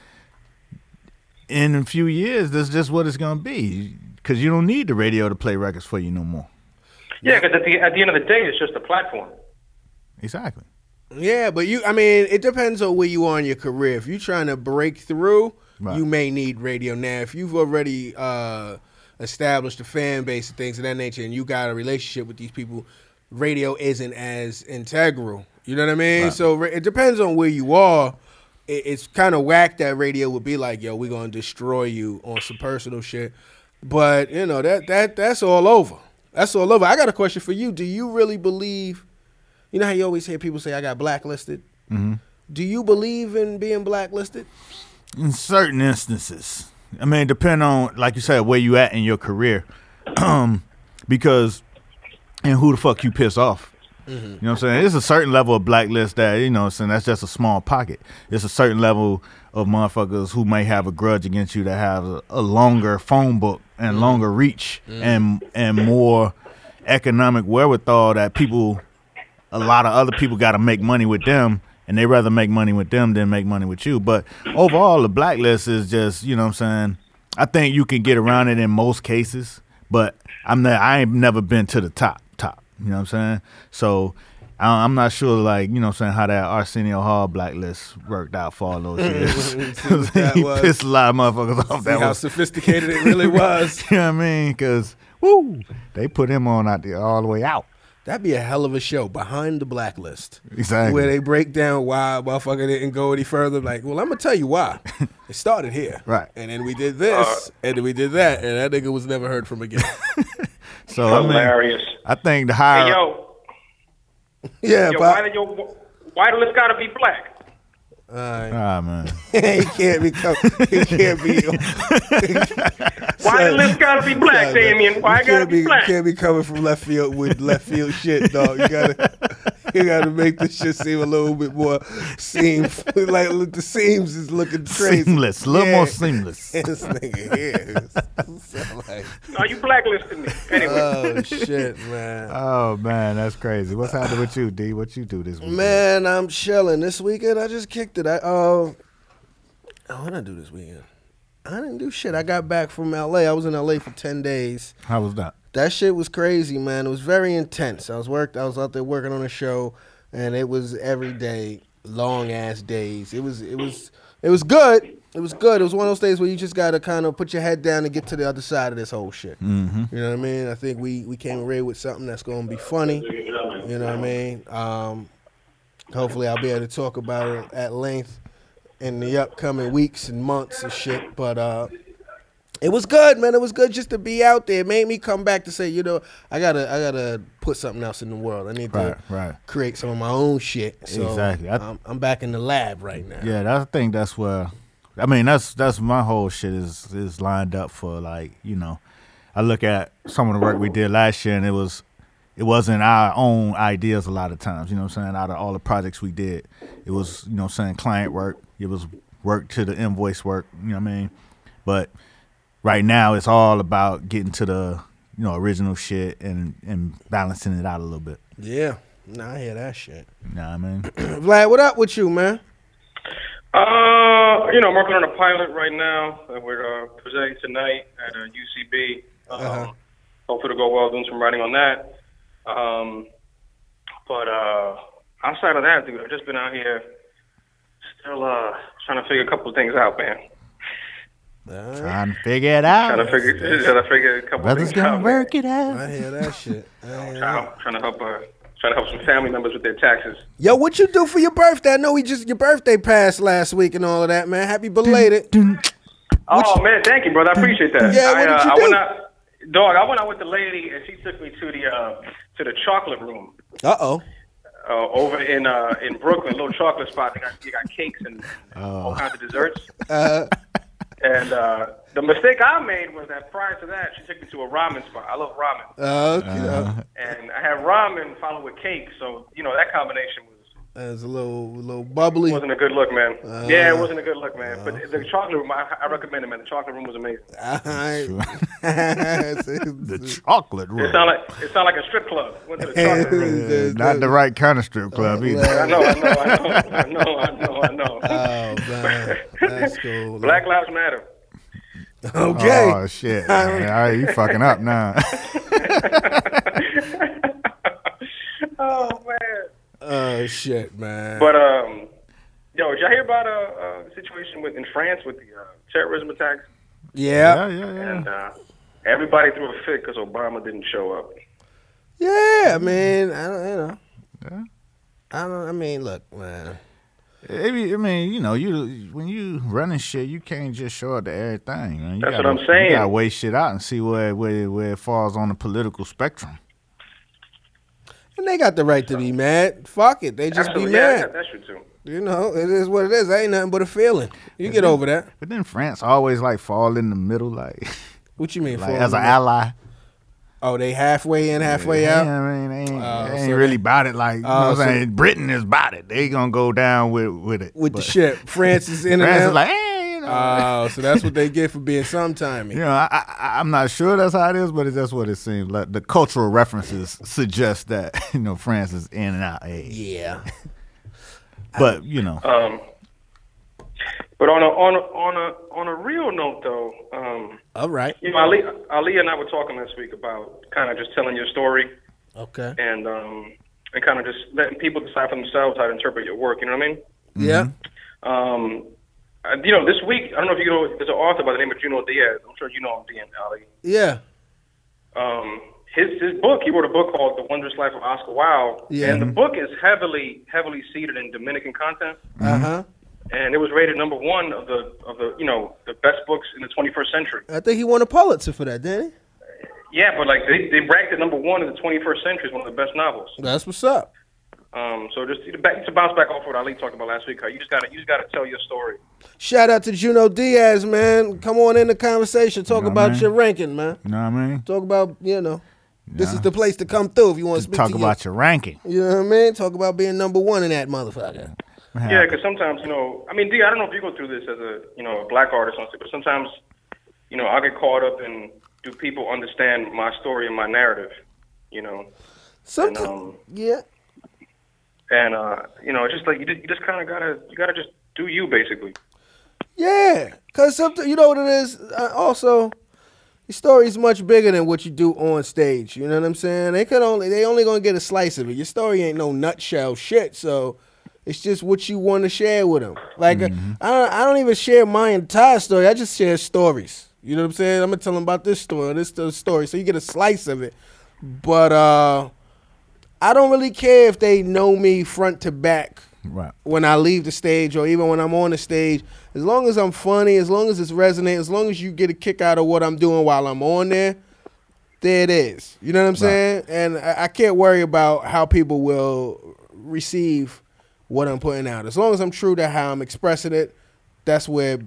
[SPEAKER 4] in a few years, that's just what it's gonna be. Cause you don't need the radio to play records for you no more.
[SPEAKER 5] Yeah, because at the at the end of the day, it's just a platform.
[SPEAKER 4] Exactly.
[SPEAKER 3] Yeah, but you, I mean, it depends on where you are in your career. If you're trying to break through,
[SPEAKER 4] Right.
[SPEAKER 3] you may need radio. Now, if you've already uh, established a fan base and things of that nature, and you got a relationship with these people, radio isn't as integral. You know what I mean? So ra- it depends on where you are. It, it's kind of whack that radio would be like, "Yo, we're gonna destroy you on some personal shit," but you know that that that's all over. That's all over. I got a question for you. Do you really believe? You know how you always hear people say, "I got blacklisted."
[SPEAKER 4] Mm-hmm.
[SPEAKER 3] Do you believe in being blacklisted?
[SPEAKER 4] in certain instances. I mean, depend on, like you said, where you at in your career, um, because and who the fuck you piss off. You know what I'm saying? It's a certain level of blacklist that you know. What I'm saying that's just a small pocket. It's a certain level of motherfuckers who may have a grudge against you that have a, a longer phone book and longer reach and and more economic wherewithal that people, a lot of other people got to make money with them, and they rather make money with them than make money with you. But overall, the blacklist is just you know what I'm saying. I think you can get around it in most cases, but I'm not. I ain't never been to the top top. You know what I'm saying? So I- I'm not sure, like you know, what I'm saying how that Arsenio Hall blacklist worked out for all those years.
[SPEAKER 3] that
[SPEAKER 4] he
[SPEAKER 3] was.
[SPEAKER 4] pissed a lot of motherfuckers off.
[SPEAKER 3] See
[SPEAKER 4] that
[SPEAKER 3] how
[SPEAKER 4] was,
[SPEAKER 3] sophisticated it really was.
[SPEAKER 4] you know what I mean? Because woo, they put him on out there all the way out.
[SPEAKER 3] That'd be a hell of a show behind the blacklist.
[SPEAKER 4] Exactly.
[SPEAKER 3] Where they break down why a motherfucker didn't go any further. Like, well, I'm gonna tell you why. It started here,
[SPEAKER 4] Right.
[SPEAKER 3] And then we did this, and then we did that, and that nigga was never heard from again.
[SPEAKER 4] So I mean, uh,
[SPEAKER 5] Hilarious.
[SPEAKER 4] I think the higher.
[SPEAKER 5] Hey, yo,
[SPEAKER 3] Yeah,
[SPEAKER 5] yo, why
[SPEAKER 3] but
[SPEAKER 5] did your why the list gotta be black?
[SPEAKER 4] Ah, man.
[SPEAKER 3] he can't be. He can't be.
[SPEAKER 5] Why the list gotta be black, Damien? Why
[SPEAKER 3] you
[SPEAKER 5] it gotta
[SPEAKER 3] can't
[SPEAKER 5] be,
[SPEAKER 3] be,
[SPEAKER 5] black?
[SPEAKER 3] can't be coming from left field with left field shit, dog. You gotta you gotta make this shit seem a little bit more seem like look, the seams is looking crazy.
[SPEAKER 4] Seamless, a little
[SPEAKER 3] Yeah.
[SPEAKER 4] more seamless.
[SPEAKER 3] This nigga here. is- sound like,
[SPEAKER 5] Are you blacklisting me? Anyway,
[SPEAKER 3] oh shit, man.
[SPEAKER 4] Oh man, that's crazy. What's happening with you, D? What you do this week?
[SPEAKER 3] Man, I'm chilling. This weekend, I just kicked it. I uh, what did I do this weekend? I didn't do shit. I got back from LA. I was in LA for ten days.
[SPEAKER 4] How was that?
[SPEAKER 3] That shit was crazy, man. It was very intense. I was worked. I was out there working on a show, and it was every day, long ass days. It was. It was. It was good. It was good. It was one of those days where you just gotta kind of put your head down and get to the other side of this whole shit. You know what I mean? I think we we came away with something that's gonna be funny. You know what I mean? Um, hopefully, I'll be able to talk about it at length in the upcoming weeks and months and shit. But uh, it was good, man. It was good just to be out there. It made me come back to say, you know, I gotta, I gotta put something else in the world. I need
[SPEAKER 4] Right,
[SPEAKER 3] to
[SPEAKER 4] right.
[SPEAKER 3] create some of my own shit. So
[SPEAKER 4] Exactly. I-
[SPEAKER 3] I'm, I'm back in the lab right now.
[SPEAKER 4] Yeah, that, I think that's where. I mean, that's that's my whole shit is is lined up for like you know, I look at some of the work we did last year and it was, it wasn't our own ideas a lot of times. You know what I'm saying? Out of all the projects we did, it was you know what I'm saying client work. It was work to the invoice work. You know what I mean? But right now it's all about getting to the you know original shit and and balancing it out a little bit.
[SPEAKER 3] Yeah. Nah, I hear that shit.
[SPEAKER 4] You know what I mean?
[SPEAKER 3] Vlad, what up with you, man?
[SPEAKER 5] uh, you know, I'm working on a pilot right now. Uh, We're uh, presenting tonight at uh, UCB. Um, Hopefully, it'll go well. Doing some writing on that. Um, but uh, outside of that, dude, I've just been out here, still uh, trying to figure a couple of things out, man.
[SPEAKER 4] Trying to figure it out.
[SPEAKER 5] Trying to figure, trying to figure a couple of
[SPEAKER 4] Brother's
[SPEAKER 5] things
[SPEAKER 4] gonna
[SPEAKER 5] out. man.
[SPEAKER 4] work it out.
[SPEAKER 3] I hear that shit. I hear that.
[SPEAKER 5] I'm trying to help, uh, trying to help some family members with their taxes.
[SPEAKER 3] Yo, what you do for your birthday? I know we just your birthday passed last week and all of that, man. Happy belated.
[SPEAKER 5] Oh man, thank you, brother. I appreciate that.
[SPEAKER 3] Yeah, what
[SPEAKER 5] I, uh,
[SPEAKER 3] did you
[SPEAKER 5] I
[SPEAKER 3] do?
[SPEAKER 5] went out, dog. I went out with the lady, and she took me to the uh, to the chocolate room
[SPEAKER 3] Uh oh.
[SPEAKER 5] uh, over in uh, in Brooklyn, a little chocolate spot. They got, they got cakes and
[SPEAKER 3] Oh.
[SPEAKER 5] all kinds of desserts.
[SPEAKER 3] Uh.
[SPEAKER 5] and uh, the mistake I made was that prior to that, she took me to a ramen spot. I love ramen,
[SPEAKER 3] Okay.
[SPEAKER 4] Uh-huh.
[SPEAKER 3] uh,
[SPEAKER 5] and I had ramen followed with cake. So you know that combination was
[SPEAKER 3] that was uh, a little, little bubbly.
[SPEAKER 5] wasn't a good look, man.
[SPEAKER 3] Uh.
[SPEAKER 5] yeah, it wasn't a good look, man. but the chocolate room, I, I recommend it, man. The chocolate room was amazing.
[SPEAKER 3] All right.
[SPEAKER 4] the chocolate room.
[SPEAKER 5] It sound like it sound like a strip club. Went to the chocolate room.
[SPEAKER 4] Not the right kind of strip club either.
[SPEAKER 5] I know, I know, I know, I know, I know, I know.
[SPEAKER 3] Oh man, that's cool.
[SPEAKER 5] Black Lives Matter.
[SPEAKER 3] okay.
[SPEAKER 4] Oh shit! man. All right, you fucking up now.
[SPEAKER 5] Oh man.
[SPEAKER 3] Oh shit, man.
[SPEAKER 5] But um, yo, did y'all hear about a, uh situation with in France with the uh, terrorism attacks?
[SPEAKER 3] yeah.
[SPEAKER 4] yeah, yeah, yeah.
[SPEAKER 5] And uh, everybody threw a fit because Obama didn't show up.
[SPEAKER 3] yeah, I mean, I don't, you know, I don't. I mean, look, man.
[SPEAKER 4] It be- I mean, you know, you when you running shit, you can't just show up to everything. Man. You
[SPEAKER 5] That's what
[SPEAKER 4] gotta-
[SPEAKER 5] I'm saying.
[SPEAKER 4] You gotta weigh shit out and see where where where it falls on the political spectrum.
[SPEAKER 3] And they got the right to be mad. Fuck it, they just
[SPEAKER 5] Absolutely,
[SPEAKER 3] be
[SPEAKER 5] yeah,
[SPEAKER 3] mad.
[SPEAKER 5] that, that's true too.
[SPEAKER 3] you know, it is what it is. That ain't nothing but a feeling. You get over that.
[SPEAKER 4] But then France always like fall in the middle, like
[SPEAKER 3] What you mean?
[SPEAKER 4] like
[SPEAKER 3] for
[SPEAKER 4] as
[SPEAKER 3] a
[SPEAKER 4] an
[SPEAKER 3] minute?
[SPEAKER 4] ally.
[SPEAKER 3] Oh, they halfway in, halfway out.
[SPEAKER 4] Yeah, I mean, they ain't, they ain't
[SPEAKER 3] so
[SPEAKER 4] really about it. Like you know
[SPEAKER 3] Oh,
[SPEAKER 4] what I'm
[SPEAKER 3] so-
[SPEAKER 4] saying, Britain is about it. They gonna go down with with it.
[SPEAKER 3] With
[SPEAKER 4] But
[SPEAKER 3] the shit, France is in and
[SPEAKER 4] France
[SPEAKER 3] out.
[SPEAKER 4] is like, eh, you know.
[SPEAKER 3] oh, so that's what they get for being sometimey.
[SPEAKER 4] You know, I, I, I'm not sure that's how it is, but it's just what it seems like. The cultural references suggest that you know France is in and out. Hey.
[SPEAKER 3] Yeah.
[SPEAKER 4] But you know,
[SPEAKER 5] Um, but on a on a on a on a real note though, um,
[SPEAKER 3] All right.
[SPEAKER 5] you know, Ali Ali and I were talking last week about kind of just telling your story.
[SPEAKER 3] Okay.
[SPEAKER 5] and um, and kind of just letting people decide for themselves how to interpret your work. You know what I mean?
[SPEAKER 3] Yeah.
[SPEAKER 5] Um, uh, you know, this week I don't know if you know there's an author by the name of Juno Diaz. I'm sure you know him, Diaz Ali.
[SPEAKER 3] Yeah.
[SPEAKER 5] Um, his his book he wrote a book called The Wondrous Life of Oscar Wilde,
[SPEAKER 3] Yeah.
[SPEAKER 5] and the book is heavily heavily seeded in Dominican content,
[SPEAKER 3] Uh huh.
[SPEAKER 5] and it was rated number one of the of the you know the best books in the 21st century.
[SPEAKER 3] I think he won a Pulitzer for that, didn't he?
[SPEAKER 5] Yeah, but like they, they ranked it number one in the 21st century as one of the best novels.
[SPEAKER 3] That's what's up.
[SPEAKER 5] Um, so just to, back, to bounce back off what Ali talked about last week, how you just gotta you just gotta tell your story.
[SPEAKER 3] Shout out to Juno Diaz, man. Come on in the conversation. Talk
[SPEAKER 4] know what I
[SPEAKER 3] about
[SPEAKER 4] mean?
[SPEAKER 3] your ranking, man.
[SPEAKER 4] You know what I mean?
[SPEAKER 3] Talk about you know, this
[SPEAKER 4] Yeah.
[SPEAKER 3] is the place to come through if you want to speak
[SPEAKER 4] Talk
[SPEAKER 3] to
[SPEAKER 4] about your ranking.
[SPEAKER 3] You. you know what I mean? Talk about being number one in that motherfucker.
[SPEAKER 5] Yeah, because sometimes you know, I mean, D, I don't know if you go through this as a you know a black artist, honestly, but sometimes you know I get caught up in do people understand my story and my narrative, you know, and
[SPEAKER 3] Sometimes,
[SPEAKER 5] um,
[SPEAKER 3] yeah.
[SPEAKER 5] and uh, you know, it's just like you just, you just kind of gotta you gotta just do you basically.
[SPEAKER 3] Yeah, cause something you know what it is. Uh, also, the story's much bigger than what you do on stage. You know what I'm saying? They could only they only gonna get a slice of it. Your story ain't no nutshell shit. So it's just what you want to share with them. Like uh, I don't, I don't even share my entire story. I just share stories. You know what I'm saying? I'm gonna tell them about this story, this the story. So you get a slice of it. But uh, I don't really care if they know me front to back
[SPEAKER 4] Right.
[SPEAKER 3] when I leave the stage or even when I'm on the stage, as long as I'm funny, as long as it's resonant, as long as you get a kick out of what I'm doing while I'm on there, there it is. You know what I'm saying? And I, I can't worry about how people will receive what I'm putting out. As long as I'm true to how I'm expressing it, that's where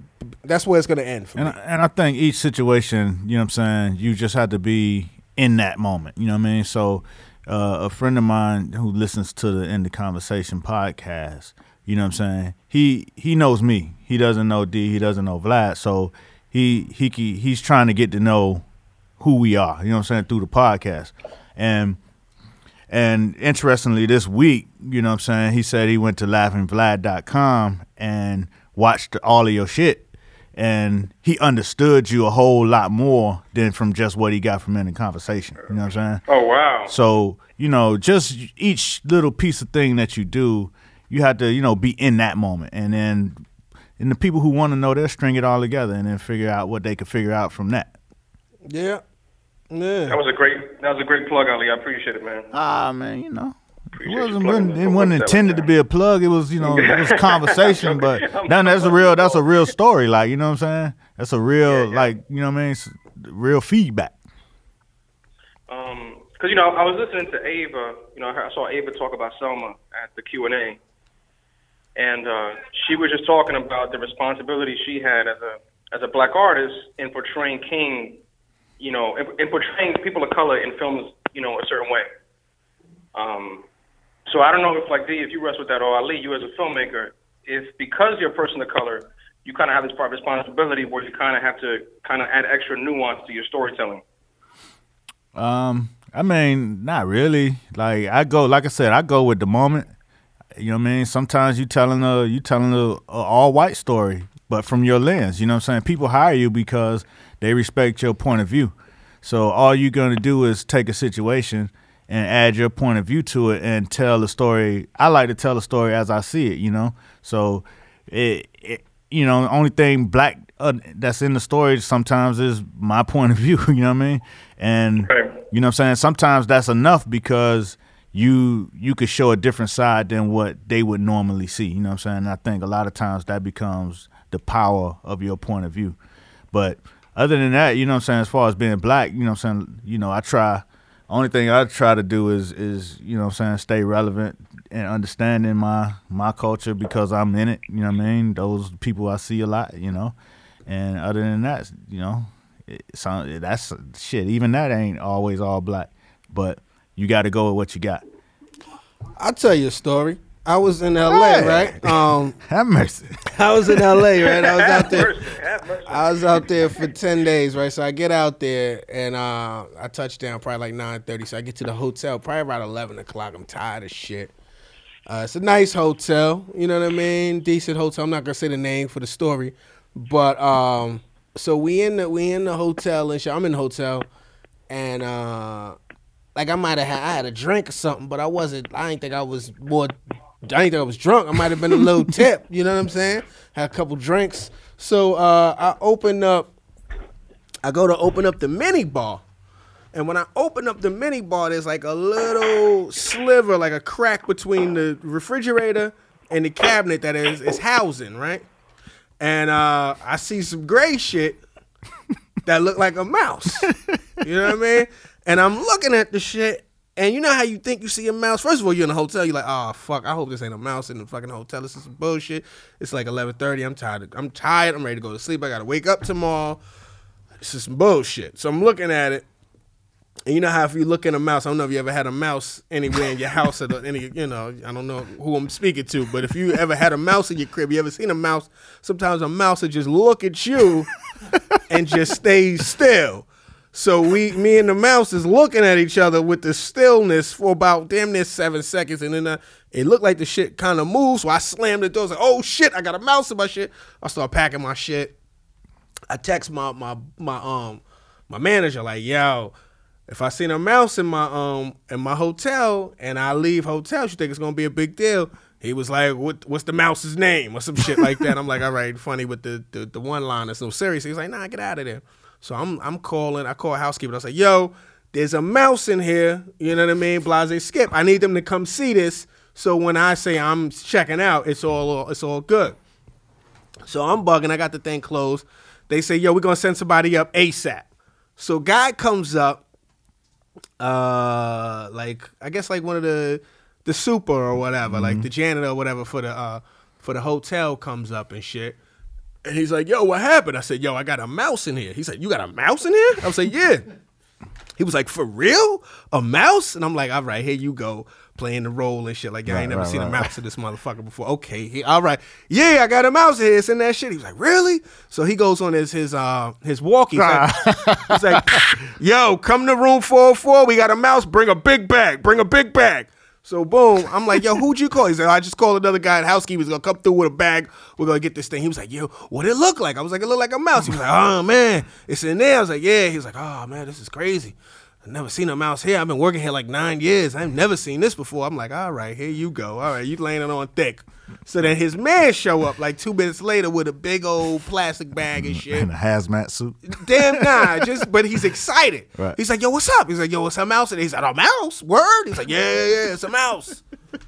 [SPEAKER 3] that's where it's gonna end for
[SPEAKER 4] And
[SPEAKER 3] me.
[SPEAKER 4] I, and I think each situation, you know what I'm saying, you just have to be in that moment. You know what I mean? So uh, a friend of mine who listens to the End the Conversation podcast, you know what I'm saying? He he knows me. He doesn't know D, he doesn't know Vlad. So he he ke- he's trying to get to know who we are, you know what I'm saying, through the podcast. And and interestingly, this week, you know what I'm saying, he said he went to laughingvlad.com and watched all of your shit. And he understood you a whole lot more than from just what he got from in the conversation. You know what I'm saying?
[SPEAKER 5] Oh wow!
[SPEAKER 4] So, you know, just each little piece of thing that you do, you have to, you know, be in that moment. And then and the people who want to know, they'll string it all together and then figure out what they can figure out from that.
[SPEAKER 3] Yeah. Yeah.
[SPEAKER 5] That was a great that was a great plug, Ali. I appreciate it, man.
[SPEAKER 4] Ah, man, you know. It
[SPEAKER 5] Appreciate you
[SPEAKER 4] wasn't,
[SPEAKER 5] plugging
[SPEAKER 4] wasn't,
[SPEAKER 5] us.
[SPEAKER 4] it
[SPEAKER 5] Don't
[SPEAKER 4] wasn't
[SPEAKER 5] worry about
[SPEAKER 4] intended to
[SPEAKER 5] that.
[SPEAKER 4] be a plug. It was, you know, it was conversation, but that, that's a real, that's a real story. Like, you know what I'm saying? That's a real,
[SPEAKER 5] yeah.
[SPEAKER 4] like, you know what I mean? It's real feedback.
[SPEAKER 5] Um 'cause you know, I was listening to Ava. You know, I heard- I saw Ava talk about Selma at the Q and A, and uh, she was just talking about the responsibility she had as a as a black artist in portraying King, you know, in, in portraying people of color in films, you know, a certain way. Um, so I don't know if like D, if you wrestle with that, or Ali, you as a filmmaker, if because you're a person of color, you kind of have this part of responsibility where you kind of have to kind of add extra nuance to your storytelling.
[SPEAKER 4] Um, I mean, not really. Like I go, like I said, I go with the moment. You know what I mean? Sometimes you telling a you telling a, a all white story, but from your lens. You know what I'm saying? People hire you because they respect your point of view. So all you're gonna do is take a situation and add your point of view to it and tell the story. I like to tell the story as I see it. You know, so it, it you know, the only thing black uh, that's in the story sometimes is my point of view. You know what I mean? And
[SPEAKER 5] Right.
[SPEAKER 4] you know what I'm saying? Sometimes that's enough because you you could show a different side than what they would normally see. You know what I'm saying? And I think a lot of times that becomes the power of your point of view. But other than that, you know what I'm saying, as far as being black, you know what I'm saying, you know, I try only thing I try to do is is, you know what I'm saying, stay relevant and understanding my my culture because I'm in it, you know what I mean? Those people I see a lot, you know. And other than that, you know, it, so that's shit. Even that ain't always all black, but you got to go with what you got.
[SPEAKER 3] I'll tell you a story. I was in LA,
[SPEAKER 4] Hey.
[SPEAKER 3] right? Um
[SPEAKER 4] Have mercy.
[SPEAKER 3] I was in LA, right? I was out there.
[SPEAKER 5] Mercy, have mercy.
[SPEAKER 3] I was out there for ten days, right? So I get out there and uh, I touch down probably like nine thirty. So I get to the hotel probably around eleven o'clock. I'm tired as shit. Uh, it's a nice hotel, you know what I mean? Decent hotel. I'm not gonna say the name for the story, but um, so we in the we in the hotel and shit. I'm in the hotel, and uh, like I might have had, I had a drink or something, but I wasn't. I didn't think I was more. I didn't think I was drunk. I might have been a little tip. You know what I'm saying? Had a couple drinks. So uh, I open up. I go to open up the mini bar, and when I open up the mini bar, there's like a little sliver, like a crack between the refrigerator and the cabinet that is is housing, right? And uh, I see some gray shit that looked like a mouse. you know what I mean? And I'm looking at the shit, and you know how you think you see a mouse? First of all, you're in a hotel. You're like, oh fuck, I hope this ain't a mouse in the fucking hotel. This is some bullshit. It's like 11:30. I'm tired. Of, I'm tired. I'm ready to go to sleep. I gotta wake up tomorrow. This is some bullshit. So I'm looking at it. And you know how if you look in a mouse, I don't know if you ever had a mouse anywhere in your house or any, you know, I don't know who I'm speaking to, but if you ever had a mouse in your crib, you ever seen a mouse? Sometimes a mouse will just look at you and just stay still. So we, me and the mouse is looking at each other with the stillness for about damn near seven seconds, and then uh, it looked like the shit kind of moved. So I slammed the door. I was like, "Oh shit, I got a mouse in my shit." I start packing my shit. I text my my my um my manager like, "Yo, if I seen a mouse in my um in my hotel and I leave hotel, she think it's gonna be a big deal. He was like, what, what's the mouse's name? Or some shit like that. I'm like, all right, funny with the the, the one line. It's no serious. He's like, nah, get out of there. So I'm I'm calling, I call housekeeper, I say, yo, there's a mouse in here, you know what I mean? Blase skip. I need them to come see this. So when I say I'm checking out, it's all it's all good. So I'm bugging, I got the thing closed. They say, yo, we're gonna send somebody up ASAP. So guy comes up, uh like I guess like one of the the super or whatever, like the janitor or whatever for the uh for the hotel comes up and shit. And he's like, "Yo, what happened?" I said, "Yo, I got a mouse in here." He said, "You got a mouse in here?" I was like, "Yeah." He was like, "For real? A mouse?" And I'm like, "All right, here you go." Playing the role and shit like, yeah, I ain't never seen a mouse in this motherfucker before. Okay, he, all right, yeah, I got a mouse in here. It's in that shit. He was like, really? So he goes on his his uh his walkie. He's like, he's like, yo, come to room 404. We got a mouse. Bring a big bag. Bring a big bag. So boom, I'm like, yo, who'd you call? He said, I just called another guy at housekeeper's gonna come through with a bag. We're gonna get this thing. He was like, yo, what it look like? I was like, it looked like a mouse. He was like, oh man, it's in there. I was like, yeah. He was like, oh man, this is crazy. I've never seen a mouse here. I've been working here like nine years. I've never seen this before. I'm like, all right, here you go. All right, you laying it on thick. So then his man show up like two minutes later with a big old plastic bag and shit.
[SPEAKER 4] in a hazmat suit.
[SPEAKER 3] Damn nah, just but he's excited.
[SPEAKER 4] Right.
[SPEAKER 3] He's like, yo, what's up? He's like, yo, it's a mouse. And he's like, a mouse? Word? He's like, yeah, yeah, yeah, it's a mouse.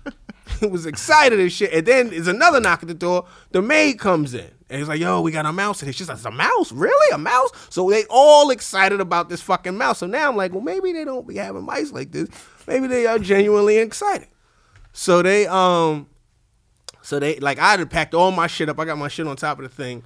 [SPEAKER 3] he was excited and shit. And then there's another knock at the door. The maid comes in. And he's like, yo, we got a mouse in here. She's like, it's a mouse? Really? A mouse? So they all excited about this fucking mouse. So now I'm like, well, maybe they don't be having mice like this. Maybe they are genuinely excited. So they um so they like I had packed all my shit up. I got my shit on top of the thing.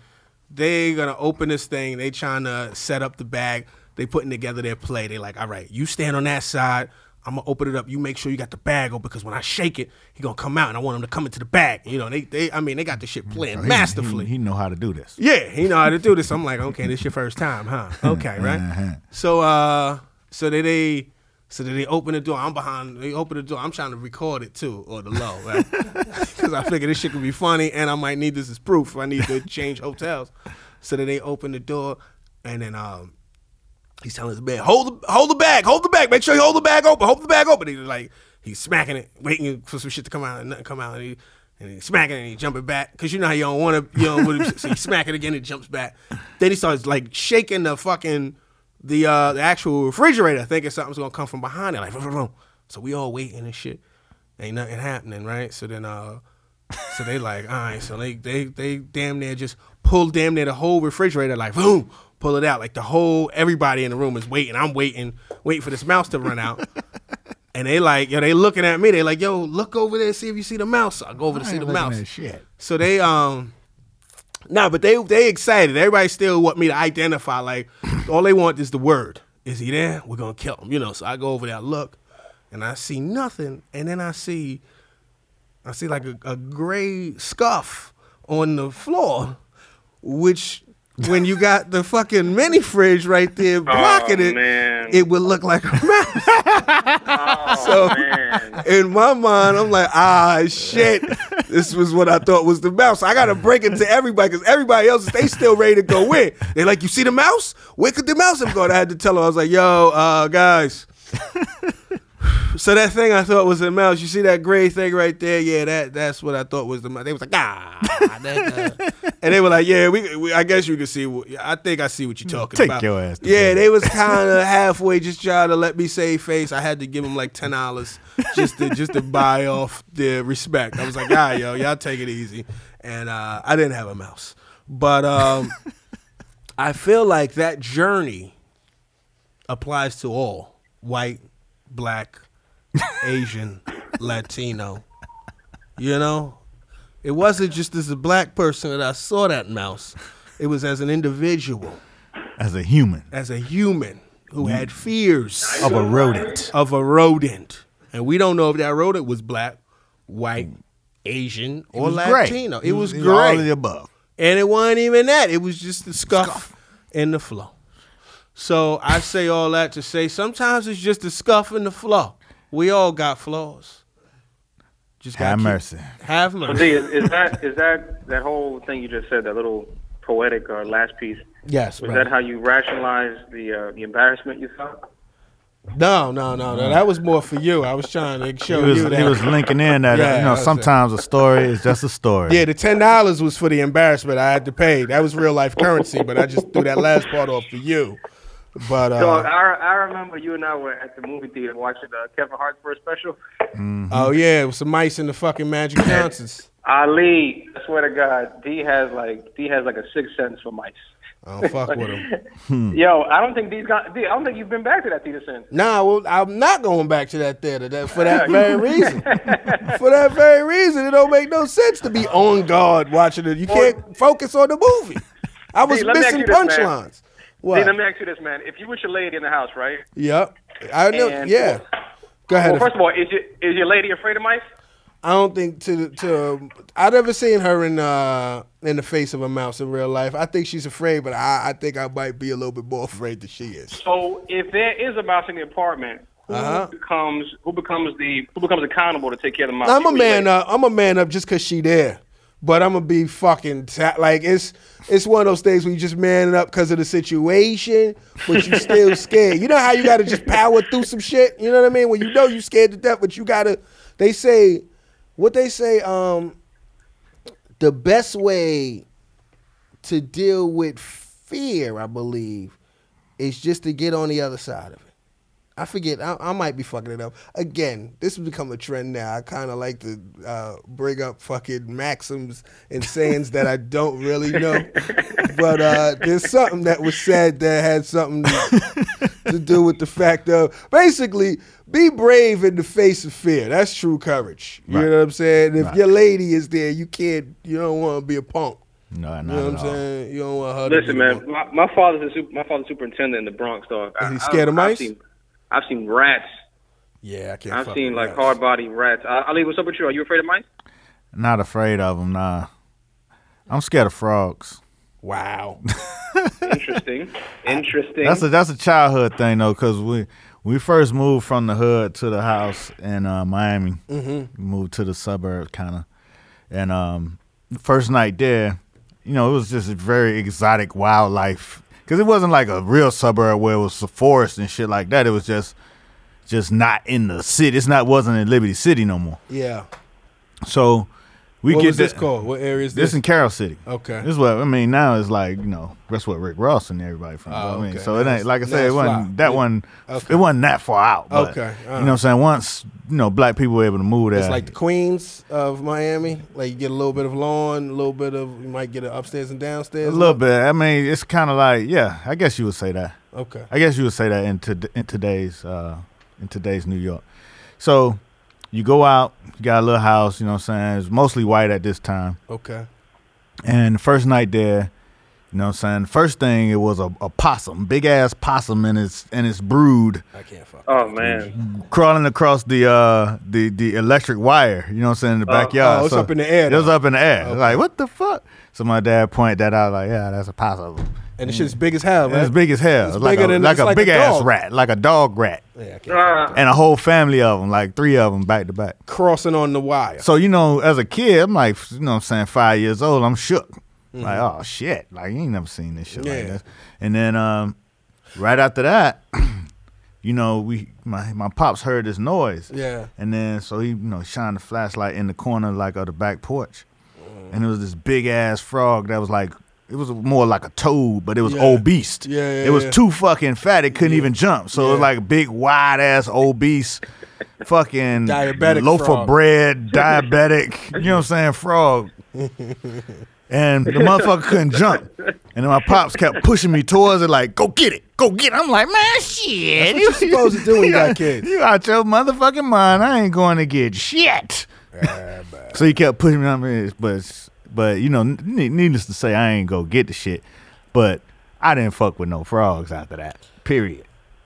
[SPEAKER 3] They gonna open this thing. They trying to set up the bag. They putting together their play. They like, all right, you stand on that side. I'm gonna open it up. You make sure you got the bag open because when I shake it, he gonna come out, and I want him to come into the bag. You know, they, they I mean, they got the shit
[SPEAKER 4] So
[SPEAKER 3] planned
[SPEAKER 4] he-
[SPEAKER 3] masterfully.
[SPEAKER 4] He, he know how to do this.
[SPEAKER 3] Yeah, he know how to do this. I'm like, okay, this your first time, huh? Okay, right. So uh, so they they so they, they open the door. I'm behind. They open the door. I'm trying to record it too, or the low, right? Because I figure this shit could be funny, and I might need this as proof. I need to change hotels. So then they open the door, and then um, He's telling his man, hold the hold the bag, hold the bag, make sure you hold the bag open, hold the bag open. He's like, he's smacking it, waiting for some shit to come out and nothing come out, and he and he's smacking it and he jumping back because you know how you don't want to, you don't want to. so he smack it again and jumps back. Then he starts like shaking the fucking the uh the actual refrigerator, thinking something's gonna come from behind it, like vroom, vroom, vroom. so we all waiting and shit, ain't nothing happening, right? So then uh. So they like, all right. So they they they damn near just pull damn near the whole refrigerator, like boom, pull it out. Like the whole everybody in the room is waiting. I'm waiting, waiting for this mouse to run out. and they like, yo, they looking at me. They like, yo, look over there, see if you see the mouse. So I go over to see the mouse.
[SPEAKER 4] Shit.
[SPEAKER 3] So they um nah, but they they excited. Everybody still want me to identify. Like all they want is the word. Is he there? We're gonna kill him. You know. So I go over there, I look, and I see nothing. And then I see, I see like a, a gray scuff on the floor, which. When you got the fucking mini fridge right there blocking it,
[SPEAKER 5] man.
[SPEAKER 3] it would look like a mouse.
[SPEAKER 5] Oh, man.
[SPEAKER 3] In my mind, I'm like, ah, shit. This was what I thought was the mouse. I gotta break it to everybody because everybody else they still ready to go in. They like, you see the mouse? Where could the mouse have gone? I had to tell them. I was like, yo, uh, guys. so that thing I thought was a mouse. You see that gray thing right there? Yeah, that that's what I thought was the mouse. They was like, ah, that- uh." and they were like, yeah, we, we. I guess you can see. What, I think I see what you're talking
[SPEAKER 4] Take
[SPEAKER 3] about.
[SPEAKER 4] your ass to
[SPEAKER 3] Yeah,
[SPEAKER 4] bed.
[SPEAKER 3] they was kind of halfway, just trying to let me save face. I had to give them like ten dollars just to just to buy off their respect. I was like, all right, yo, y'all take it easy. And uh, I didn't have a mouse, but um, I feel like that journey applies to all white, black, Asian, Latino. You know, it wasn't just as a black person that I saw that mouse. It was as an individual,
[SPEAKER 4] as a human,
[SPEAKER 3] as a human who had fears
[SPEAKER 4] of a rodent.
[SPEAKER 3] of a rodent, and we don't know if that rodent was black, white, Asian, or
[SPEAKER 4] was gray.
[SPEAKER 3] Latino. It was
[SPEAKER 4] It All of
[SPEAKER 3] great.
[SPEAKER 4] the above.
[SPEAKER 3] And it wasn't even that. It was just the scuff, and the flow. So I say all that to say sometimes it's just the scuff and the flow. We all got flaws. Just gotta
[SPEAKER 4] Have
[SPEAKER 3] keep-
[SPEAKER 4] mercy.
[SPEAKER 3] Have
[SPEAKER 5] But
[SPEAKER 3] mercy.
[SPEAKER 5] D, is, is that is that that whole thing you just said, that little poetic or last piece?
[SPEAKER 3] Yes,
[SPEAKER 5] Was
[SPEAKER 3] brother.
[SPEAKER 5] that how you rationalized the uh, the embarrassment you felt?
[SPEAKER 3] No, no, no, no. That was more for you. I was trying to show
[SPEAKER 4] He was,
[SPEAKER 3] you that.
[SPEAKER 4] he was linking in that
[SPEAKER 3] Yeah,
[SPEAKER 4] you
[SPEAKER 3] I
[SPEAKER 4] know
[SPEAKER 3] was-
[SPEAKER 4] sometimes a story is just a story.
[SPEAKER 3] yeah, the ten dollars was for the embarrassment I had to pay. That was real life currency, but I just threw that last part off for you. But
[SPEAKER 5] So
[SPEAKER 3] uh,
[SPEAKER 5] I, I remember you and I were at the movie theater watching uh, Kevin Hart's first special.
[SPEAKER 3] oh yeah, it was some mice in the fucking Magic Johnsons.
[SPEAKER 5] Ali, I swear to God, D has like D has like a sixth sense for mice.
[SPEAKER 3] I don't fuck with them. Hmm.
[SPEAKER 5] Yo, I don't think these guys. D, I don't think you've been back to that theater since.
[SPEAKER 3] Nah, well, I'm not going back to that theater that, for that very reason. for that very reason, it don't make no sense to be on guard watching it. You can't focus on the movie. I was
[SPEAKER 5] Hey, let me ask
[SPEAKER 3] missing
[SPEAKER 5] you this, man.
[SPEAKER 3] punchlines.
[SPEAKER 5] D, let
[SPEAKER 3] What?
[SPEAKER 5] me ask you this, man. If you with your lady in the house, right?
[SPEAKER 3] Yep. I know.
[SPEAKER 5] And-
[SPEAKER 3] yeah. Go ahead.
[SPEAKER 5] Well, first of all, is your is your lady afraid of mice?
[SPEAKER 3] I don't think to to I've never seen her in uh in the face of a mouse in real life. I think she's afraid, but I, I think I might be a little bit more afraid than she is.
[SPEAKER 5] So if there is a mouse in the apartment, who
[SPEAKER 3] Uh-huh.
[SPEAKER 5] becomes who becomes the who becomes accountable to take care of the mouse?
[SPEAKER 3] I'm a
[SPEAKER 5] You or your
[SPEAKER 3] man uh,
[SPEAKER 5] lady?
[SPEAKER 3] up. I'm a man up just cause she there. But I'm gonna be fucking ta- like it's it's one of those things where you just man it up because of the situation, but you still scared. You know how you gotta just power through some shit. You know what I mean? When you know you scared to death, but you gotta. They say, what they say. Um, the best way to deal with fear, I believe, is just to get on the other side of it. I forget. I, I might be fucking it up again. This has become a trend now. I kind of like to uh, bring up fucking maxims and sayings that I don't really know, but uh, there's something that was said that had something to, to do with the fact of basically be brave in the face of fear. That's true courage. You
[SPEAKER 4] Right.
[SPEAKER 3] know what I'm saying? If
[SPEAKER 4] Right.
[SPEAKER 3] your lady is there, you can't. You don't want to be a punk.
[SPEAKER 4] No, not
[SPEAKER 3] You know what I'm
[SPEAKER 4] at all.
[SPEAKER 3] saying? You don't want her. to
[SPEAKER 5] Listen,
[SPEAKER 3] be a
[SPEAKER 5] man,
[SPEAKER 3] punk.
[SPEAKER 5] my, my father's a super, my father's superintendent in the Bronx, dog.
[SPEAKER 3] Is he scared of mice?
[SPEAKER 5] I've seen, I've seen rats.
[SPEAKER 3] Yeah, I can't.
[SPEAKER 5] I've
[SPEAKER 3] fuck
[SPEAKER 5] seen
[SPEAKER 3] with
[SPEAKER 5] like
[SPEAKER 3] that.
[SPEAKER 5] hard body rats. Uh, Ali, what's up with you? Are you afraid of mice?
[SPEAKER 4] Not afraid of them. Nah, I'm scared of frogs.
[SPEAKER 3] Wow.
[SPEAKER 5] Interesting. Interesting.
[SPEAKER 4] That's a that's a childhood thing though, because we we first moved from the hood to the house in uh, Miami,
[SPEAKER 3] Mm-hmm.
[SPEAKER 4] moved to the suburbs kind of, and um, the first night there, you know, it was just very exotic wildlife because it wasn't like a real suburb where it was a forest and shit like that. It was just just not in the city. It's not wasn't in Liberty City no more.
[SPEAKER 3] Yeah.
[SPEAKER 4] So we
[SPEAKER 3] What
[SPEAKER 4] get
[SPEAKER 3] was this
[SPEAKER 4] the-
[SPEAKER 3] called? What area is
[SPEAKER 4] This,
[SPEAKER 3] this?
[SPEAKER 4] in Carroll City.
[SPEAKER 3] Okay.
[SPEAKER 4] This is what I mean. Now it's like you know that's what Rick Ross and everybody from.
[SPEAKER 3] Oh,
[SPEAKER 4] I mean,
[SPEAKER 3] okay.
[SPEAKER 4] so it
[SPEAKER 3] Now
[SPEAKER 4] ain't like I
[SPEAKER 3] it's-
[SPEAKER 4] said.
[SPEAKER 3] now
[SPEAKER 4] It
[SPEAKER 3] it's
[SPEAKER 4] wasn't
[SPEAKER 3] fly.
[SPEAKER 4] that
[SPEAKER 3] Yeah.
[SPEAKER 4] one.
[SPEAKER 3] Okay.
[SPEAKER 4] It wasn't that far out. But,
[SPEAKER 3] Okay, alright.
[SPEAKER 4] You know what I'm saying? Once you know black people were able to move there,
[SPEAKER 3] It's like the Queens of Miami. Like you get a little bit of lawn, a little bit of you might get an upstairs and
[SPEAKER 4] a
[SPEAKER 3] downstairs.
[SPEAKER 4] little bit. I mean, it's kind of like yeah. I guess you would say that.
[SPEAKER 3] Okay.
[SPEAKER 4] I guess you would say that in, to, in today's uh, in today's New York. So you go out, you got a little house. You know what I'm saying? It's mostly white at this time.
[SPEAKER 3] Okay.
[SPEAKER 4] And the first night there, you know what I'm saying? First thing it was a, a possum, big ass possum and its and its brood
[SPEAKER 3] I can't fuck.
[SPEAKER 5] oh
[SPEAKER 3] Mm-hmm.
[SPEAKER 5] man.
[SPEAKER 4] crawling across the uh the the electric wire, you know what I'm saying, in the backyard.
[SPEAKER 3] oh, it's up in the air
[SPEAKER 4] It was
[SPEAKER 3] though.
[SPEAKER 4] up in the air. Like, what the fuck? So my dad pointed that out like, yeah, that's a possum.
[SPEAKER 3] And the shit's big as hell,
[SPEAKER 4] And
[SPEAKER 3] man.
[SPEAKER 4] it's big as hell.
[SPEAKER 3] It's
[SPEAKER 4] It's like a,
[SPEAKER 3] bigger than-
[SPEAKER 4] like
[SPEAKER 3] it's
[SPEAKER 4] a
[SPEAKER 3] like a
[SPEAKER 4] big ass
[SPEAKER 3] dog.
[SPEAKER 4] rat, like a dog rat.
[SPEAKER 3] Yeah, I can't.
[SPEAKER 5] Uh,
[SPEAKER 4] And a whole family of them, like three of them back to back.
[SPEAKER 3] Crossing on the wire.
[SPEAKER 4] So you know, as a kid, I'm like, you know, what I'm saying five years old, I'm shook. Like, oh shit, like you ain't never seen this shit like
[SPEAKER 3] Mm-hmm. Yeah.
[SPEAKER 4] this. And then um, right after that, you know, we my my pops heard this noise.
[SPEAKER 3] Yeah.
[SPEAKER 4] And then so he you know shined the flashlight in the corner like of the back porch,
[SPEAKER 3] Mm.
[SPEAKER 4] and it was this big ass frog that was like. It was more like a toad, but it was
[SPEAKER 3] Yeah.
[SPEAKER 4] obese.
[SPEAKER 3] Yeah, yeah,
[SPEAKER 4] it was
[SPEAKER 3] yeah.
[SPEAKER 4] too fucking fat. It couldn't even jump. So it was like a big, wide ass, obese, fucking
[SPEAKER 3] Diabetic
[SPEAKER 4] loaf
[SPEAKER 3] frog.
[SPEAKER 4] of bread, diabetic, you know what I'm saying, frog. and the motherfucker couldn't jump. And then my pops kept pushing me towards it, like, go get it, go get it. I'm like, man, shit.
[SPEAKER 3] That's what you supposed to do when you got kids.
[SPEAKER 4] You out your motherfucking mind. I ain't going to get shit.
[SPEAKER 3] Ah,
[SPEAKER 4] so he kept pushing me. I mean, but, but you know, n- needless to say, I ain't go get the shit. But I didn't fuck with no frogs after that, period.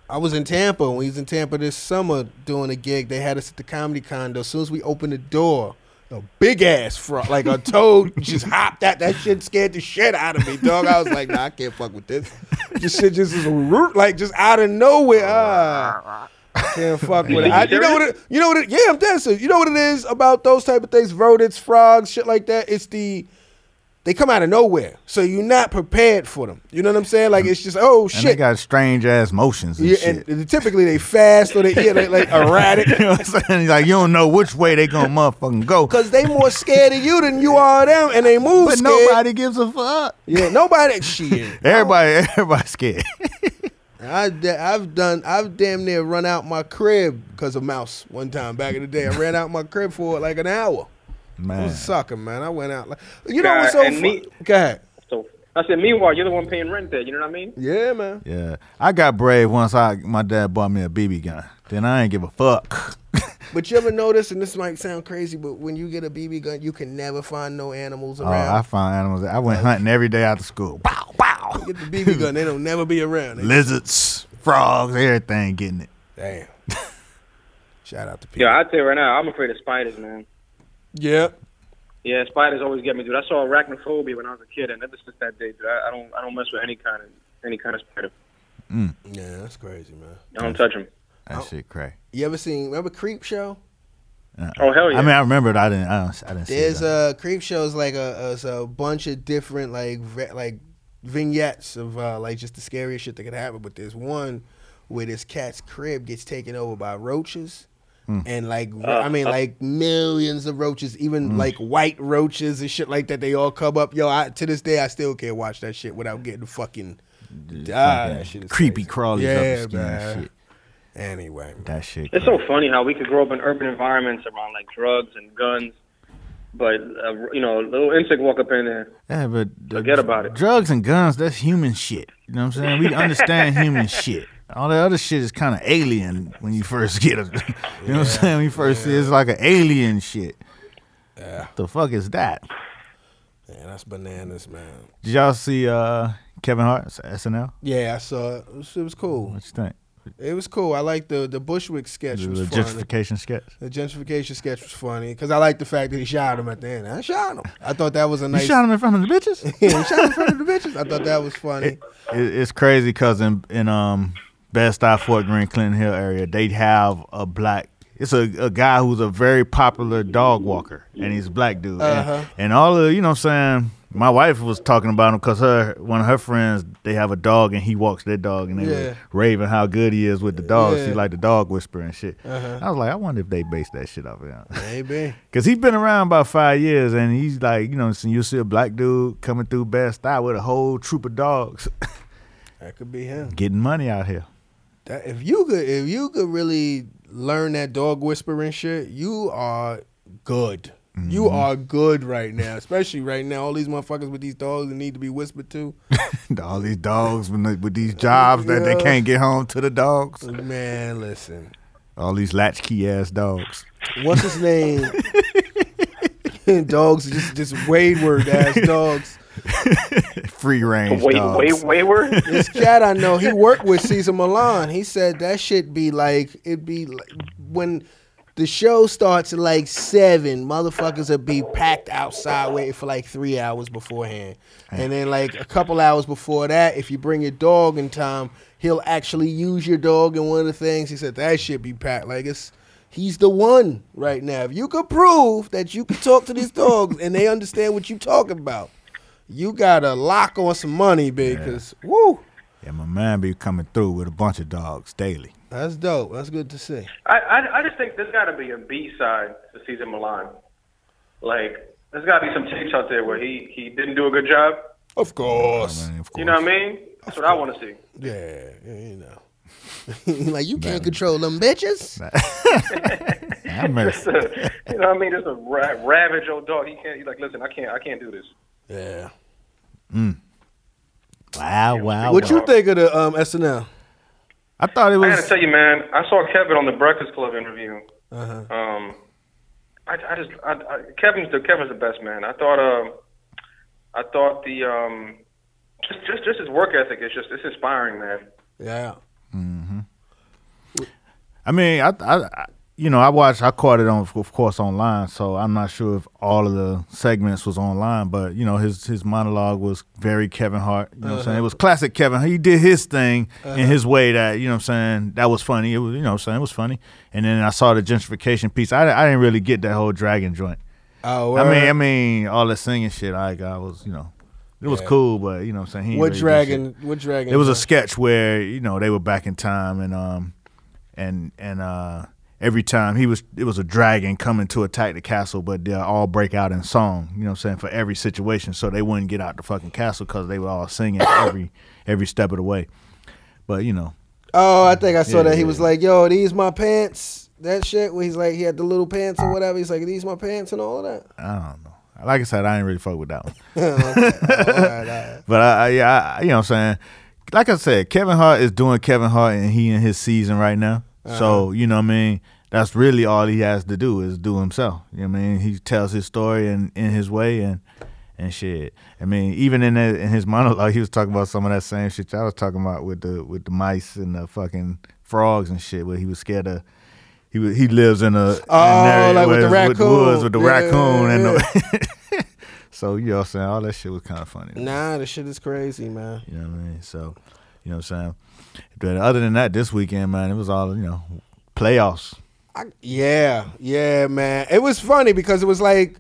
[SPEAKER 3] I was in Tampa. When we was in Tampa this summer doing a gig, they had us at the comedy condo. As soon as we opened the door, a big ass frog, like a toad, just hopped out. That shit scared the shit out of me, dog. I was like, nah, I can't fuck with this. This shit just is a root, like just out of nowhere. Ah, I can't fuck with it. I, you know what? It, you know what? It, yeah, I'm dead. So you know what it is about those type of things, rodents, frogs, shit like that. It's the they come out of nowhere, so you're not prepared for them. You know what I'm saying? Like it's just oh
[SPEAKER 4] Mm-hmm. And they
[SPEAKER 3] shit.
[SPEAKER 4] got strange ass motions and
[SPEAKER 3] Yeah,
[SPEAKER 4] shit.
[SPEAKER 3] and, typically they fast or they yeah, they like erratic.
[SPEAKER 4] you know what I'm saying? Like you don't know which way they gonna motherfucking go.
[SPEAKER 3] Cause they more scared of you than you are of them, and they move
[SPEAKER 4] But
[SPEAKER 3] scared.
[SPEAKER 4] nobody gives a fuck.
[SPEAKER 3] yeah, nobody. Shit,
[SPEAKER 4] Everybody, everybody's scared.
[SPEAKER 3] I, da- I've done. I've damn near run out my crib because of mouse. One time back in the day, I ran out my crib for like an hour. I
[SPEAKER 4] Man,
[SPEAKER 3] was sucking, man. I went out. Like, you know what's
[SPEAKER 5] God,
[SPEAKER 3] so
[SPEAKER 5] and
[SPEAKER 3] fu-
[SPEAKER 5] me-
[SPEAKER 3] Go ahead.
[SPEAKER 5] So I said, meanwhile, you're the one paying rent there. You know what I mean?
[SPEAKER 3] Yeah, man.
[SPEAKER 4] yeah. I got brave once. I my dad bought me a BB gun. Then I ain't give a fuck.
[SPEAKER 3] But you ever notice, and this might sound crazy, but when you get a BB gun, you can never find no animals
[SPEAKER 4] Oh, I
[SPEAKER 3] around.
[SPEAKER 4] found animals. I went hunting every day after school. Bow, bow.
[SPEAKER 3] get the BB gun, they don't never be around. They-
[SPEAKER 4] Lizards, frogs, everything getting it.
[SPEAKER 3] Damn. Shout out to people.
[SPEAKER 5] Yeah, I tell you right now, I'm afraid of spiders, man.
[SPEAKER 3] yeah.
[SPEAKER 5] Yeah, spiders always get me, dude. I saw arachnophobia when I was a kid, and ever since that day, dude, I, I don't, I don't mess with any kind of, any kind of spider.
[SPEAKER 3] Yeah, that's crazy, man.
[SPEAKER 5] I don't touch them.
[SPEAKER 4] That shit crazy.
[SPEAKER 3] You ever seen remember Creep Show?
[SPEAKER 5] Oh hell yeah!
[SPEAKER 4] I mean, I remember it. I didn't. I, don't, I didn't see
[SPEAKER 3] There's
[SPEAKER 4] it.
[SPEAKER 3] a Creep Show is like a, is a bunch of different like ve- like vignettes of uh, like just the scariest shit that could happen. But there's one where this cat's crib gets taken over by roaches.
[SPEAKER 4] Hmm.
[SPEAKER 3] And like ro- I mean, like millions of roaches, even
[SPEAKER 4] Hmm.
[SPEAKER 3] like white roaches and shit like that. They all come up. Yo, I, to this day, I still can't watch that shit without getting fucking. Ah, that shit is
[SPEAKER 4] creepy
[SPEAKER 3] crazy.
[SPEAKER 4] crawlies up
[SPEAKER 3] Yeah,
[SPEAKER 4] the skin
[SPEAKER 3] man.
[SPEAKER 4] and shit.
[SPEAKER 3] Anyway, man.
[SPEAKER 4] That shit.
[SPEAKER 5] it's
[SPEAKER 4] crazy.
[SPEAKER 5] so funny how we could grow up in urban environments around like drugs and guns, but uh, you know, a little insect walk up in there.
[SPEAKER 4] Yeah, but the
[SPEAKER 5] Forget
[SPEAKER 4] dr-
[SPEAKER 5] about it.
[SPEAKER 4] Drugs and guns, that's human shit. You know what I'm saying? We understand human shit. All that other shit is kind of alien when you first get it. you know what I'm saying? When you first see it, it's like an alien shit. The fuck is that?
[SPEAKER 3] Yeah, that's bananas, man.
[SPEAKER 4] Did y'all see uh, Kevin Hart's SNL?
[SPEAKER 3] Yeah, I saw it. It was, it was cool.
[SPEAKER 4] What you think?
[SPEAKER 3] It was cool. I like the the Bushwick sketch.
[SPEAKER 4] The
[SPEAKER 3] was fun.
[SPEAKER 4] gentrification sketch.
[SPEAKER 3] The gentrification sketch was funny because I liked the fact that he shot him at the end. I shot him. I thought that was a
[SPEAKER 4] You
[SPEAKER 3] nice.
[SPEAKER 4] shot him in front of the bitches?
[SPEAKER 3] Yeah, he shot him in front of the bitches. I thought that was funny.
[SPEAKER 4] it, it- it's crazy because in, in um Best I Fort Greene Clinton Hill area, they have a black. It's a, a guy who's a very popular dog walker, and he's a black dude. And-
[SPEAKER 3] Uh-huh.
[SPEAKER 4] And, all of you know, what I'm saying my wife was talking about him because her one of her friends they have a dog and he walks their dog, and they
[SPEAKER 3] Yeah.
[SPEAKER 4] were raving how good he is with the dogs.
[SPEAKER 3] Yeah. Uh-huh.
[SPEAKER 4] He like the dog whisperer and shit. I was like, I wonder if they base that shit off of him.
[SPEAKER 3] Maybe.
[SPEAKER 4] Cause he's been around about five years, and he's like, you know, so you see a black dude coming through Best Eye with a whole troop of dogs,
[SPEAKER 3] That could be him.
[SPEAKER 4] getting money out here.
[SPEAKER 3] That, if you could, if you could really learn that dog whispering shit, you are good. You are good right now, especially right now. All these motherfuckers with these dogs that need to be whispered to.
[SPEAKER 4] All these dogs with, the- with these jobs that they
[SPEAKER 3] Yeah.
[SPEAKER 4] can't get home to the dogs.
[SPEAKER 3] Man, listen.
[SPEAKER 4] All these latchkey ass dogs.
[SPEAKER 3] What's his name? dogs, just just wayward ass dogs.
[SPEAKER 4] Free range
[SPEAKER 5] Wait,
[SPEAKER 4] dogs.
[SPEAKER 5] wait, wayward.
[SPEAKER 3] This cat I know, he worked with Caesar Milan. He said that shit be like it'd be like when the show starts at like seven, motherfuckers would be packed outside waiting for like three hours beforehand. And then like a couple hours before that, if you bring your dog in time, he'll actually use your dog in one of the things. He said that shit be packed. Like it's he's the one right now. If you could prove that you can talk to these dogs and they understand what you talking about, you gotta lock on some money, big, cause woo.
[SPEAKER 4] Yeah, my man be coming through with a bunch of dogs daily.
[SPEAKER 3] That's dope. That's good to see.
[SPEAKER 5] I, I, I just think there's got to be a B side to Caesar Milan. Like, there's got to be some tapes out there where he he didn't do a good job.
[SPEAKER 3] Of course.
[SPEAKER 4] I mean, of course.
[SPEAKER 5] You know what I mean? That's what I want to see.
[SPEAKER 3] Yeah, yeah, you know. like you can't control them bitches.
[SPEAKER 4] I mean,
[SPEAKER 5] you know what I mean? Just a ra- ravage old dog. He can't. He like, listen, I can't. I can't do this.
[SPEAKER 3] Yeah.
[SPEAKER 4] Wow, wow.
[SPEAKER 3] What
[SPEAKER 4] wow.
[SPEAKER 3] you think of the um, SNL?
[SPEAKER 4] I thought it
[SPEAKER 6] I gotta
[SPEAKER 4] was.
[SPEAKER 6] tell you, man, I saw Kevin on the Breakfast Club interview.
[SPEAKER 3] Uh-huh.
[SPEAKER 6] Um, I, I just I, I, Kevin's the Kevin's the best man. I thought um, I thought the um, just just just his work ethic is just it's inspiring, man.
[SPEAKER 3] Yeah.
[SPEAKER 4] I mean, I, I, I- you know, I watched. I caught it on, of course, online. So I'm not sure if all of the segments was online, but you know, his his monologue was very Kevin Hart. You know what I'm
[SPEAKER 3] Uh-huh.
[SPEAKER 4] saying? It was classic Kevin. He did his thing in his way that you know what I'm saying. That was funny. It was you know what I'm saying. It was funny. And then I saw the gentrification piece. I I didn't really get that whole dragon joint.
[SPEAKER 3] Oh,
[SPEAKER 4] I mean, I
[SPEAKER 3] word.
[SPEAKER 4] mean, all the singing shit. I I was you know, it was cool, but you know what I'm saying. He ain't
[SPEAKER 3] what
[SPEAKER 4] really do shit.
[SPEAKER 3] dragon? What dragon?
[SPEAKER 4] It was a
[SPEAKER 3] uh,
[SPEAKER 4] sketch where you know they were back in time, and um, and and uh, every time he was, it was a dragon coming to attack the castle, but they all break out in song. You know what I'm saying for every situation, so they wouldn't get out the fucking castle because they were all singing every every step of the way. But you know,
[SPEAKER 3] Oh, I think I saw
[SPEAKER 4] Yeah,
[SPEAKER 3] that. He
[SPEAKER 4] yeah,
[SPEAKER 3] was
[SPEAKER 4] yeah.
[SPEAKER 3] like, "Yo, these my pants." That shit. Where he's like, he had the little pants or whatever. He's like, "These my pants" and all of that.
[SPEAKER 4] I don't know. Like I said, I didn't really fuck with that one.
[SPEAKER 3] All right, all right.
[SPEAKER 4] But I, I, yeah, I, you know what I'm saying? Like I said, Kevin Hart is doing Kevin Hart and he in his season right now.
[SPEAKER 3] Uh-huh.
[SPEAKER 4] So, you know what I mean? That's really all he has to do is do himself. You know what I mean? He tells his story in, in his way and and shit. I mean, even in that, in his monologue, he was talking about some of that same shit I was talking about with the with the mice and the fucking frogs and shit where he was scared of he was, he lives in a
[SPEAKER 3] Oh,
[SPEAKER 4] an area
[SPEAKER 3] like with
[SPEAKER 4] where
[SPEAKER 3] the
[SPEAKER 4] it's woods
[SPEAKER 3] raccoon.
[SPEAKER 4] with the
[SPEAKER 3] Yeah,
[SPEAKER 4] raccoon and
[SPEAKER 3] yeah,
[SPEAKER 4] the So, you know what I'm saying? All that shit was kind of funny.
[SPEAKER 3] Nah, the shit is crazy, man.
[SPEAKER 4] You know what I mean? So, you know what I'm saying? But other than that, this weekend, man, it was all, you know, playoffs.
[SPEAKER 3] I, yeah, yeah, man. It was funny because it was like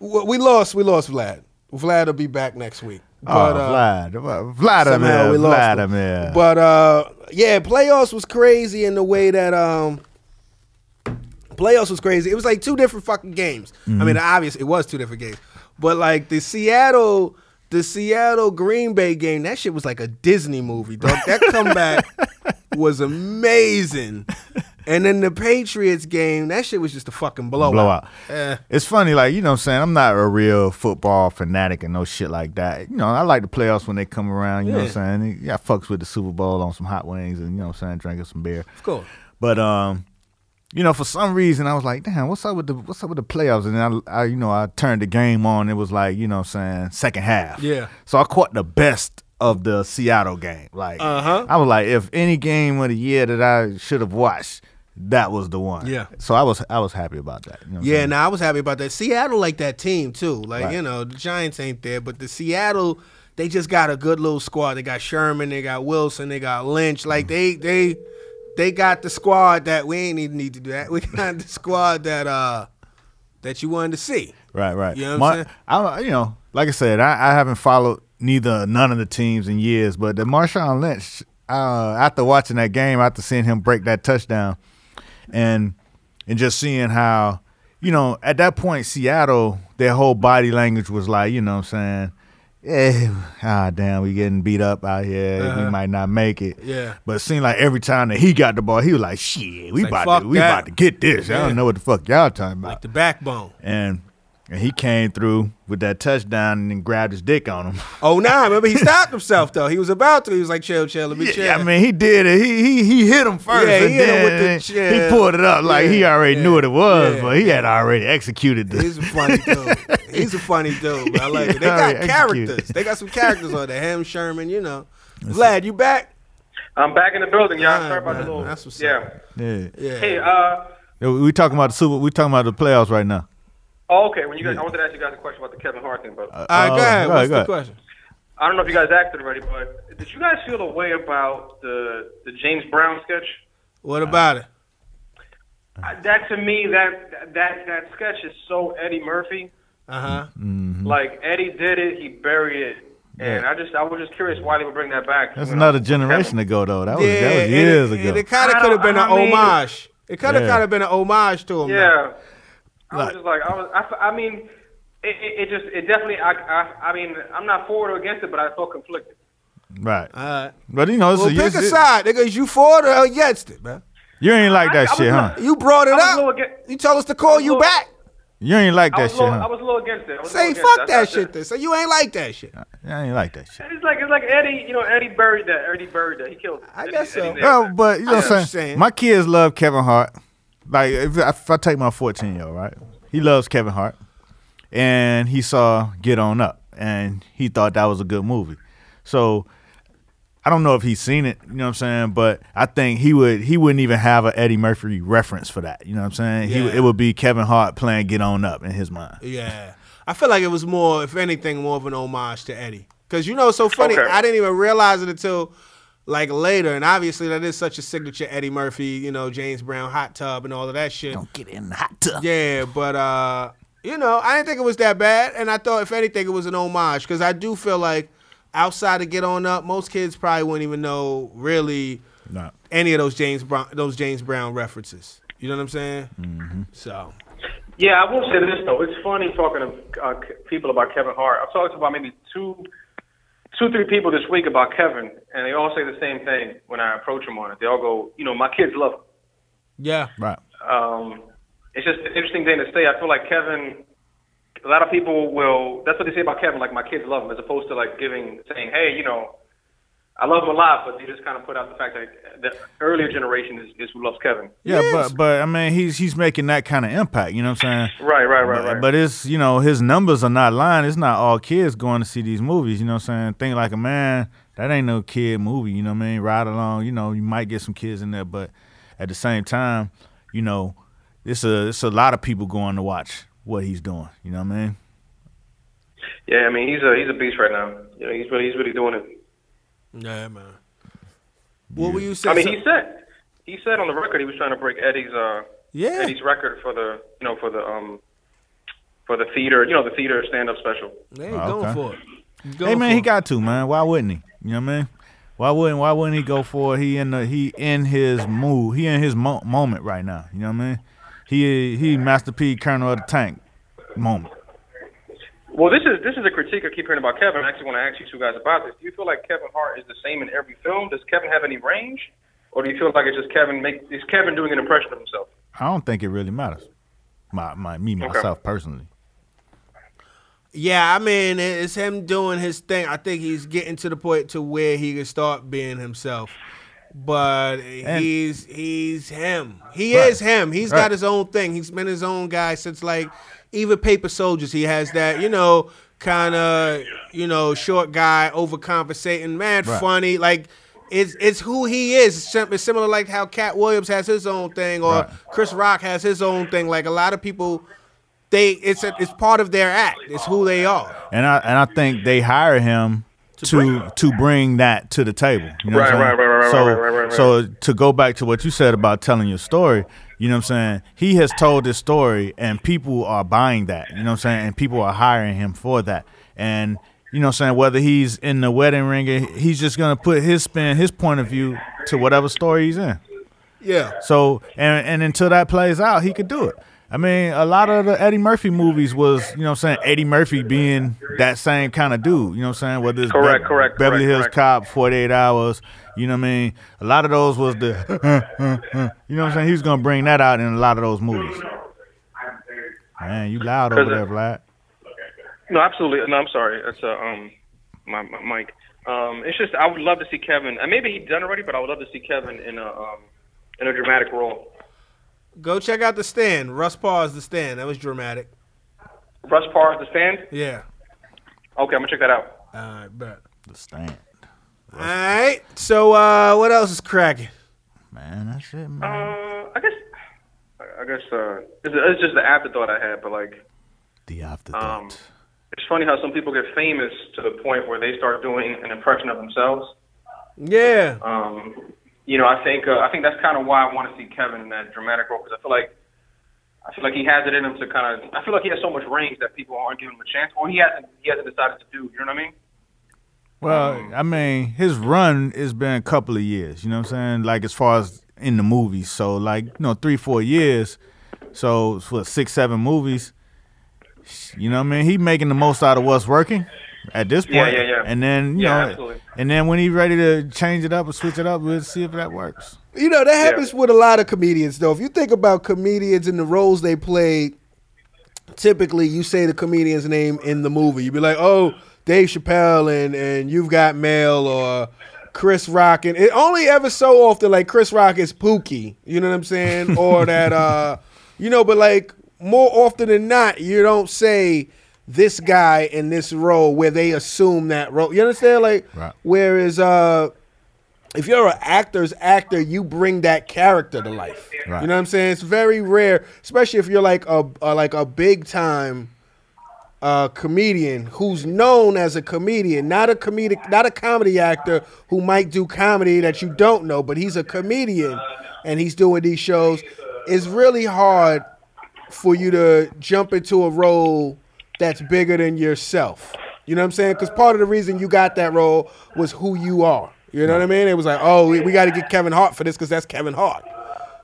[SPEAKER 3] w- we lost, we lost Vlad. Vlad will be back next week.
[SPEAKER 4] But, oh,
[SPEAKER 3] uh,
[SPEAKER 4] Vlad. Vladimir.
[SPEAKER 3] somehow we lost them.
[SPEAKER 4] Vladimir.
[SPEAKER 3] But uh, yeah, playoffs was crazy in the way that um, playoffs was crazy. It was like two different fucking games. I mean, obvious it was two different games, but like the Seattle, the Seattle Green Bay game, that shit was like a Disney movie, dog. That comeback was amazing. And then the Patriots game, that shit was just a fucking blowout.
[SPEAKER 4] blowout.
[SPEAKER 3] Eh.
[SPEAKER 4] It's funny, like, you know what I'm saying? I'm not a real football fanatic and no shit like that. You know, I like the playoffs when they come around, you know what I'm saying? Yeah, I fucks with the Super Bowl on some hot wings and, you know what I'm saying, drinking some beer. Of
[SPEAKER 3] course.
[SPEAKER 4] But, um, you know, for some reason, I was like, "Damn, what's up with the what's up with the playoffs?" And then I, I, you know, I turned the game on. It was like, you know, what I'm saying second half.
[SPEAKER 3] Yeah.
[SPEAKER 4] So I caught the best of the Seattle game. Like,
[SPEAKER 3] Uh-huh.
[SPEAKER 4] I was like, if any game of the year that I should have watched, that was the one.
[SPEAKER 3] Yeah.
[SPEAKER 4] So I was I was happy about that. You know what I'm
[SPEAKER 3] Yeah,
[SPEAKER 4] saying?
[SPEAKER 3] no, I was happy about that. Seattle like that team too. Like
[SPEAKER 4] Right.
[SPEAKER 3] you know, the Giants ain't there, but the Seattle they just got a good little squad. They got Sherman, they got Wilson, they got Lynch.
[SPEAKER 4] Mm.
[SPEAKER 3] Like they they they got the squad that we ain't even need to do that. We got the squad that uh that you wanted to see.
[SPEAKER 4] Right, right.
[SPEAKER 3] You know what I'm saying?
[SPEAKER 4] I, you know, like I said, I, I haven't followed neither none of the teams in years, but the Marshawn Lynch, uh, after watching that game, after seeing him break that touchdown, and and just seeing how, you know, at that point, Seattle, their whole body language was like, you know, what I'm saying. Eh, ah, damn, we getting beat up out here. We might not make it.
[SPEAKER 3] Uh-huh. Yeah.
[SPEAKER 4] but it seemed like every time that he got the ball, he was like, "Shit, we
[SPEAKER 3] like,
[SPEAKER 4] about
[SPEAKER 3] fuck
[SPEAKER 4] to, we
[SPEAKER 3] that.
[SPEAKER 4] about to get this." I
[SPEAKER 3] Yeah.
[SPEAKER 4] don't know what the fuck y'all talking about
[SPEAKER 3] Like the backbone.
[SPEAKER 4] and and he came through with that touchdown and then grabbed his dick on him.
[SPEAKER 3] Oh nah, remember he stopped himself though. He was about to. He was like, chill, chill, let me chill.
[SPEAKER 4] Yeah, I mean, he did it. He he he hit him first.
[SPEAKER 3] Yeah, he
[SPEAKER 4] and
[SPEAKER 3] hit him with
[SPEAKER 4] then
[SPEAKER 3] the chair.
[SPEAKER 4] He pulled it up like he
[SPEAKER 3] Yeah,
[SPEAKER 4] already
[SPEAKER 3] yeah,
[SPEAKER 4] knew what it was,
[SPEAKER 3] yeah,
[SPEAKER 4] but he had already executed
[SPEAKER 3] He's
[SPEAKER 4] this.
[SPEAKER 3] a funny dude. He's a funny dude. man. I like it. They
[SPEAKER 4] Yeah,
[SPEAKER 3] got
[SPEAKER 4] execute.
[SPEAKER 3] characters. They got some characters on there. Ham Sherman, you know. Vlad, you back?
[SPEAKER 6] I'm back in the building, y'all.
[SPEAKER 3] Alright,
[SPEAKER 6] Sorry about the
[SPEAKER 3] man.
[SPEAKER 6] little.
[SPEAKER 3] That's what's
[SPEAKER 6] yeah.
[SPEAKER 3] up.
[SPEAKER 4] Yeah.
[SPEAKER 3] Yeah.
[SPEAKER 6] Hey, uh,
[SPEAKER 4] we talking about the super. We talking about the playoffs right now.
[SPEAKER 6] oh, okay. When you guys, I wanted to ask you guys a question about the Kevin Hart thing, but
[SPEAKER 3] All right,
[SPEAKER 4] Uh,
[SPEAKER 3] go ahead. What's
[SPEAKER 4] go ahead,
[SPEAKER 3] the
[SPEAKER 4] go ahead.
[SPEAKER 3] question?
[SPEAKER 6] I don't know if you guys acted already, but did you guys feel a way about the the James Brown sketch?
[SPEAKER 3] What about it?
[SPEAKER 6] I- That to me, that that that sketch is so Eddie Murphy.
[SPEAKER 3] Uh huh.
[SPEAKER 6] Like Eddie did it, he buried it, and I just I was just curious why they would bring that back.
[SPEAKER 4] That's
[SPEAKER 6] you know?
[SPEAKER 4] another generation ago, though. Oh, That was, that was
[SPEAKER 3] and
[SPEAKER 4] years
[SPEAKER 3] it,
[SPEAKER 4] ago.
[SPEAKER 3] And it kind of
[SPEAKER 6] I
[SPEAKER 3] could have
[SPEAKER 6] don't-
[SPEAKER 3] been an
[SPEAKER 6] I mean-
[SPEAKER 3] homage. It could have
[SPEAKER 4] Yeah.
[SPEAKER 3] kind of been an homage to him. though.
[SPEAKER 6] Yeah, I was just like I was. I, f- I mean, it, it, it just it definitely. I, I I mean, I'm not for it or against it, but I felt conflicted.
[SPEAKER 4] right.
[SPEAKER 3] All right.
[SPEAKER 4] But you know, it's
[SPEAKER 3] Uh, Well,
[SPEAKER 4] a,
[SPEAKER 3] pick
[SPEAKER 4] it's-
[SPEAKER 3] a side, nigga. Is you for it or against it, man?
[SPEAKER 4] You ain't like
[SPEAKER 6] I-
[SPEAKER 4] that
[SPEAKER 6] I was
[SPEAKER 4] shit,
[SPEAKER 6] not-
[SPEAKER 4] huh?
[SPEAKER 3] You brought it
[SPEAKER 6] I was a
[SPEAKER 3] up.
[SPEAKER 6] little aga-
[SPEAKER 3] you told us to call
[SPEAKER 6] was a
[SPEAKER 3] you
[SPEAKER 6] little-
[SPEAKER 3] back.
[SPEAKER 4] You ain't like
[SPEAKER 6] I
[SPEAKER 4] that
[SPEAKER 6] was,
[SPEAKER 4] shit,
[SPEAKER 6] a little, I
[SPEAKER 4] huh?
[SPEAKER 6] was a little against it. I was a little
[SPEAKER 3] Say
[SPEAKER 6] against
[SPEAKER 3] fuck
[SPEAKER 6] it. I- I
[SPEAKER 3] that
[SPEAKER 6] said-
[SPEAKER 3] shit. Then say you ain't like that shit.
[SPEAKER 4] I ain't like that shit.
[SPEAKER 6] It's like it's like Eddie, you know, Eddie buried that. Eddie buried that. He killed. it.
[SPEAKER 3] I
[SPEAKER 6] Eddie-
[SPEAKER 3] guess so.
[SPEAKER 6] Eddie nailed
[SPEAKER 4] Well,
[SPEAKER 6] that.
[SPEAKER 4] but you know
[SPEAKER 3] I
[SPEAKER 4] what I'm saying?
[SPEAKER 3] understand.
[SPEAKER 4] My kids love Kevin Hart. Like if, if I take my 14 year old, right? He loves Kevin Hart, and he saw Get On Up, and he thought that was a good movie. So I don't know if he's seen it. You know what I'm saying? But I think he would. He wouldn't even have a Eddie Murphy reference for that. You know what I'm saying?
[SPEAKER 3] Yeah.
[SPEAKER 4] He, it would be Kevin Hart playing Get On Up in his mind.
[SPEAKER 3] Yeah, I feel like it was more, if anything, more of an homage to Eddie. Cause you know, it's so funny.
[SPEAKER 6] Okay.
[SPEAKER 3] I didn't even realize it until like later, and obviously that is such a signature Eddie Murphy. You know, James Brown hot tub and all of that shit.
[SPEAKER 4] Get in the hot tub.
[SPEAKER 3] Yeah, but uh, you know, I didn't think it was that bad, and I thought if anything, it was an homage because I do feel like outside of Get On Up, most kids probably wouldn't even know really
[SPEAKER 4] Nah.
[SPEAKER 3] any of those James Brown those James Brown references. You know what I'm saying?
[SPEAKER 4] Mm-hmm.
[SPEAKER 3] So
[SPEAKER 6] Yeah, I will say this though. It's funny talking to uh, K- people about Kevin Hart. I've talked to about maybe two, two, three people this week about Kevin, and they all say the same thing when I approach them on it. They all go, you know, my kids love him.
[SPEAKER 3] yeah,
[SPEAKER 4] Right.
[SPEAKER 6] Um, it's just an interesting thing to say. I feel like Kevin. A lot of people will. That's what they say about Kevin. Like my kids love him, as opposed to like giving saying, "Hey, you know, I love him a lot." But they just kind of put out the fact that the earlier generation is, is who loves Kevin.
[SPEAKER 4] Yeah, but but I mean he's he's making that kind of impact. You know what I'm saying?
[SPEAKER 6] Right, right, right,
[SPEAKER 4] But-
[SPEAKER 6] right.
[SPEAKER 4] But it's you know his numbers are not lying. It's not all kids going to see these movies. You know what I'm saying? Think like a man. That ain't no kid movie. You know what I mean? Ride along. You know you might get some kids in there, but at the same time, you know it's a it's a lot of people going to watch what he's doing. You know what I mean?
[SPEAKER 6] Yeah, I mean he's a he's a beast right now. You know, he's really he's really doing it.
[SPEAKER 3] yeah, man. What were you
[SPEAKER 6] I
[SPEAKER 3] saying?
[SPEAKER 6] mean, he said he said on the record he was trying to break Eddie's uh
[SPEAKER 3] Yeah.
[SPEAKER 6] Eddie's record for the you know for the um for the theater you know the theater stand up special.
[SPEAKER 3] They ain't
[SPEAKER 4] Oh,
[SPEAKER 3] going
[SPEAKER 4] okay.
[SPEAKER 3] for it. He's
[SPEAKER 4] hey
[SPEAKER 3] going
[SPEAKER 4] man,
[SPEAKER 3] for
[SPEAKER 4] he
[SPEAKER 3] it.
[SPEAKER 4] got to man. Why wouldn't he? You know what I mean? Why wouldn't Why wouldn't he go for it? He in the he in his mood. He in his mo- moment right now. You know what I mean? He he Master P Colonel of the Tank moment.
[SPEAKER 6] Well, this is this is a critique I keep hearing about Kevin. I actually want to ask you two guys about this. Do you feel like Kevin Hart is the same in every film? Does Kevin have any range, or do you feel like it's just Kevin make is Kevin doing an impression of himself?
[SPEAKER 4] I don't think it really matters. My my me myself personally.
[SPEAKER 3] Yeah, I mean, it's him doing his thing. I think he's getting to the point to where he can start being himself. But he's he's him. He
[SPEAKER 4] Right.
[SPEAKER 3] is him. He's
[SPEAKER 4] Right.
[SPEAKER 3] got his own thing. He's been his own guy since like even Paper Soldiers. He has that, you know, kind of, you know, short guy overcompensating, mad
[SPEAKER 4] Right.
[SPEAKER 3] funny. Like it's it's who he is. It's sim- it's similar like how Cat Williams has his own thing or
[SPEAKER 4] Right.
[SPEAKER 3] Chris Rock has his own thing. Like a lot of people they it's a, it's part of their act. It's who they are.
[SPEAKER 4] And I and I think they hire him to to bring, that to the table. You know what I'm
[SPEAKER 6] Right,
[SPEAKER 4] saying?
[SPEAKER 6] right, right, right,
[SPEAKER 4] so,
[SPEAKER 6] right, right, right, right.
[SPEAKER 4] So to go back to what you said about telling your story, you know what I'm saying? He has told his story and people are buying that. You know what I'm saying? And people are hiring him for that. And you know what I'm saying, whether he's in the wedding ring, he's just gonna put his spin, his point of view to whatever story he's in.
[SPEAKER 3] Yeah.
[SPEAKER 4] So and and until that plays out, he could do it. I mean, a lot of the Eddie Murphy movies was, you know what I'm saying, Eddie Murphy being that same kind of dude, you know what I'm saying? Whether it's
[SPEAKER 6] Correct, correct,
[SPEAKER 4] Beverly
[SPEAKER 6] correct,
[SPEAKER 4] Hills
[SPEAKER 6] correct.
[SPEAKER 4] Cop, 48 Hours, you know what I mean? A lot of those was the, you know what I'm saying? He was going to bring that out in a lot of those movies. Man, you loud over there, Vlad.
[SPEAKER 6] No, absolutely. No, I'm sorry. That's uh, um, my, my mic. Um, it's just I would love to see Kevin. And maybe he's done already, but I would love to see Kevin in a um, in a dramatic role.
[SPEAKER 3] Go check out the stand. Russ Paws the stand. That was dramatic.
[SPEAKER 6] Russ Parr the stand.
[SPEAKER 3] Yeah.
[SPEAKER 6] Okay, I'm gonna check that out.
[SPEAKER 3] All right, bet.
[SPEAKER 4] The stand.
[SPEAKER 3] All right. So uh what else is cracking?
[SPEAKER 4] Man, that's it, man.
[SPEAKER 6] Uh, I guess. I- I guess uh, it's, it's just the afterthought I had, but like,
[SPEAKER 4] The afterthought.
[SPEAKER 6] um, it's funny how some people get famous to the point where they start doing an impression of themselves.
[SPEAKER 3] Yeah.
[SPEAKER 6] Um, you know, I think uh, I think that's kind of why I want to see Kevin in that dramatic role because I feel like I feel like he has it in him to kind of. I feel like he has so much range that people aren't giving him a chance, or he hasn't he hasn't decided to do. You know what I mean? Oh.
[SPEAKER 4] Well, I mean, his run has been a couple of years. You know what I'm saying? Like as far as in the movies, so like you know, three, four years. So for six, seven movies, you know what I mean? He making the most out of what's working at this point.
[SPEAKER 6] Yeah, yeah, yeah.
[SPEAKER 4] And then you
[SPEAKER 6] Yeah,
[SPEAKER 4] know,
[SPEAKER 6] absolutely.
[SPEAKER 4] and then when he ready to change it up or switch it up, we'll see if that works.
[SPEAKER 3] You know, that happens with a lot of comedians though. If you think about comedians and the roles they played typically you say the comedian's name in the movie. You'd be like, oh, Dave Chappelle and and you've got mail or Chris Rock and it only ever so often like Chris Rock is Pookie. You know what I'm saying? or that uh you know, but like more often than not, you don't say this guy in this role where they assume that role. You understand? Like
[SPEAKER 4] Right.
[SPEAKER 3] whereas uh if you're an actor's actor, you bring that character to life.
[SPEAKER 4] Right.
[SPEAKER 3] You know what I'm saying? It's very rare, especially if you're like a, a like a big time uh, comedian who's known as a comedian, not a comedic, not a comedy actor who might do comedy that you don't know, but he's a comedian and he's doing these shows. It's really hard for you to jump into a role that's bigger than yourself. You know what I'm saying? Because part of the reason you got that role was who you are. You know what I mean? It was like, oh, we, we got to get Kevin Hart for this because that's Kevin Hart.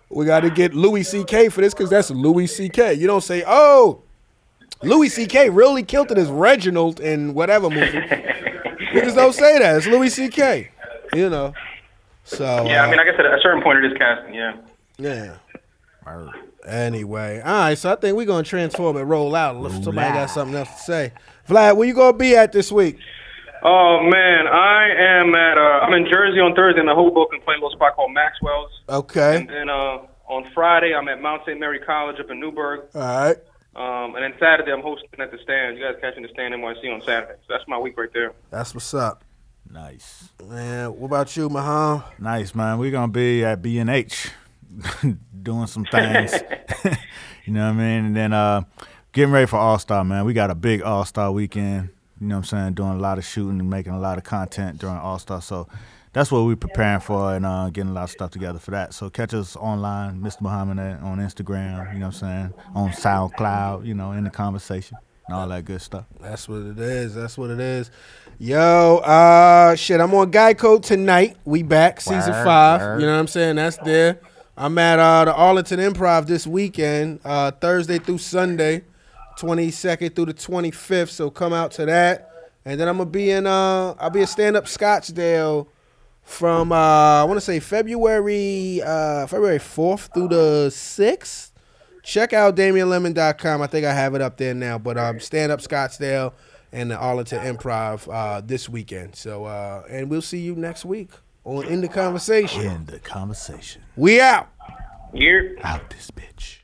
[SPEAKER 3] We got to get Louis C.K. for this because that's Louis C.K. You don't say, oh, Louis C.K. really killed it as Reginald in whatever movie. you just don't say that. It's Louis C.K. You know. So
[SPEAKER 6] Yeah, I
[SPEAKER 3] uh,
[SPEAKER 6] mean, I guess at a certain point it is casting. Yeah.
[SPEAKER 3] yeah. Anyway, all right. So I think we're gonna transform and roll out. Unless somebody got something else to say. Vlad, where you gonna be at this week?
[SPEAKER 6] Oh man, I am at. Uh, I'm in Jersey on Thursday in the Hoboken playing a little spot called Maxwell's.
[SPEAKER 3] Okay.
[SPEAKER 6] And then uh, on Friday, I'm at Mount St. Mary College up in Newburgh.
[SPEAKER 3] All right.
[SPEAKER 6] Um, and then Saturday, I'm hosting at the stand. You guys catching the stand NYC on Saturday. So that's my week right there.
[SPEAKER 3] That's what's up,
[SPEAKER 4] Nice.
[SPEAKER 3] man. What about you, Maham?
[SPEAKER 4] Nice, man. We're gonna be at B and H doing some things. you know what I mean? And then uh getting ready for All Star, man. We got a big All Star weekend. You know what I'm saying? Doing a lot of shooting and making a lot of content during All Star. So that's what we're preparing for and uh, getting a lot of stuff together for that. So catch us online, Mr. Muhammad uh, on Instagram, you know what I'm saying? On SoundCloud, you know, in the conversation and all that good stuff.
[SPEAKER 3] That's what it is. That's what it is. Yo, uh, shit. I'm on Geico tonight. We back season
[SPEAKER 4] Word,
[SPEAKER 3] five.
[SPEAKER 4] word.
[SPEAKER 3] You know what I'm saying? That's there. I'm at uh, the Arlington Improv this weekend, uh, Thursday through Sunday, 22nd through the 25th. So come out to that. And then I'm gonna be in. Uh, I'll be at Stand Up Scottsdale from uh, I want to say February uh, February 4th through the 6th check out DamianLemon.com. I think I have it up there now. But um, stand up Scottsdale and the Arlington Improv uh, this weekend. So uh, and we'll see you next week on In the Conversation.
[SPEAKER 4] In the conversation.
[SPEAKER 3] We out.
[SPEAKER 6] Year.
[SPEAKER 4] Out this bitch.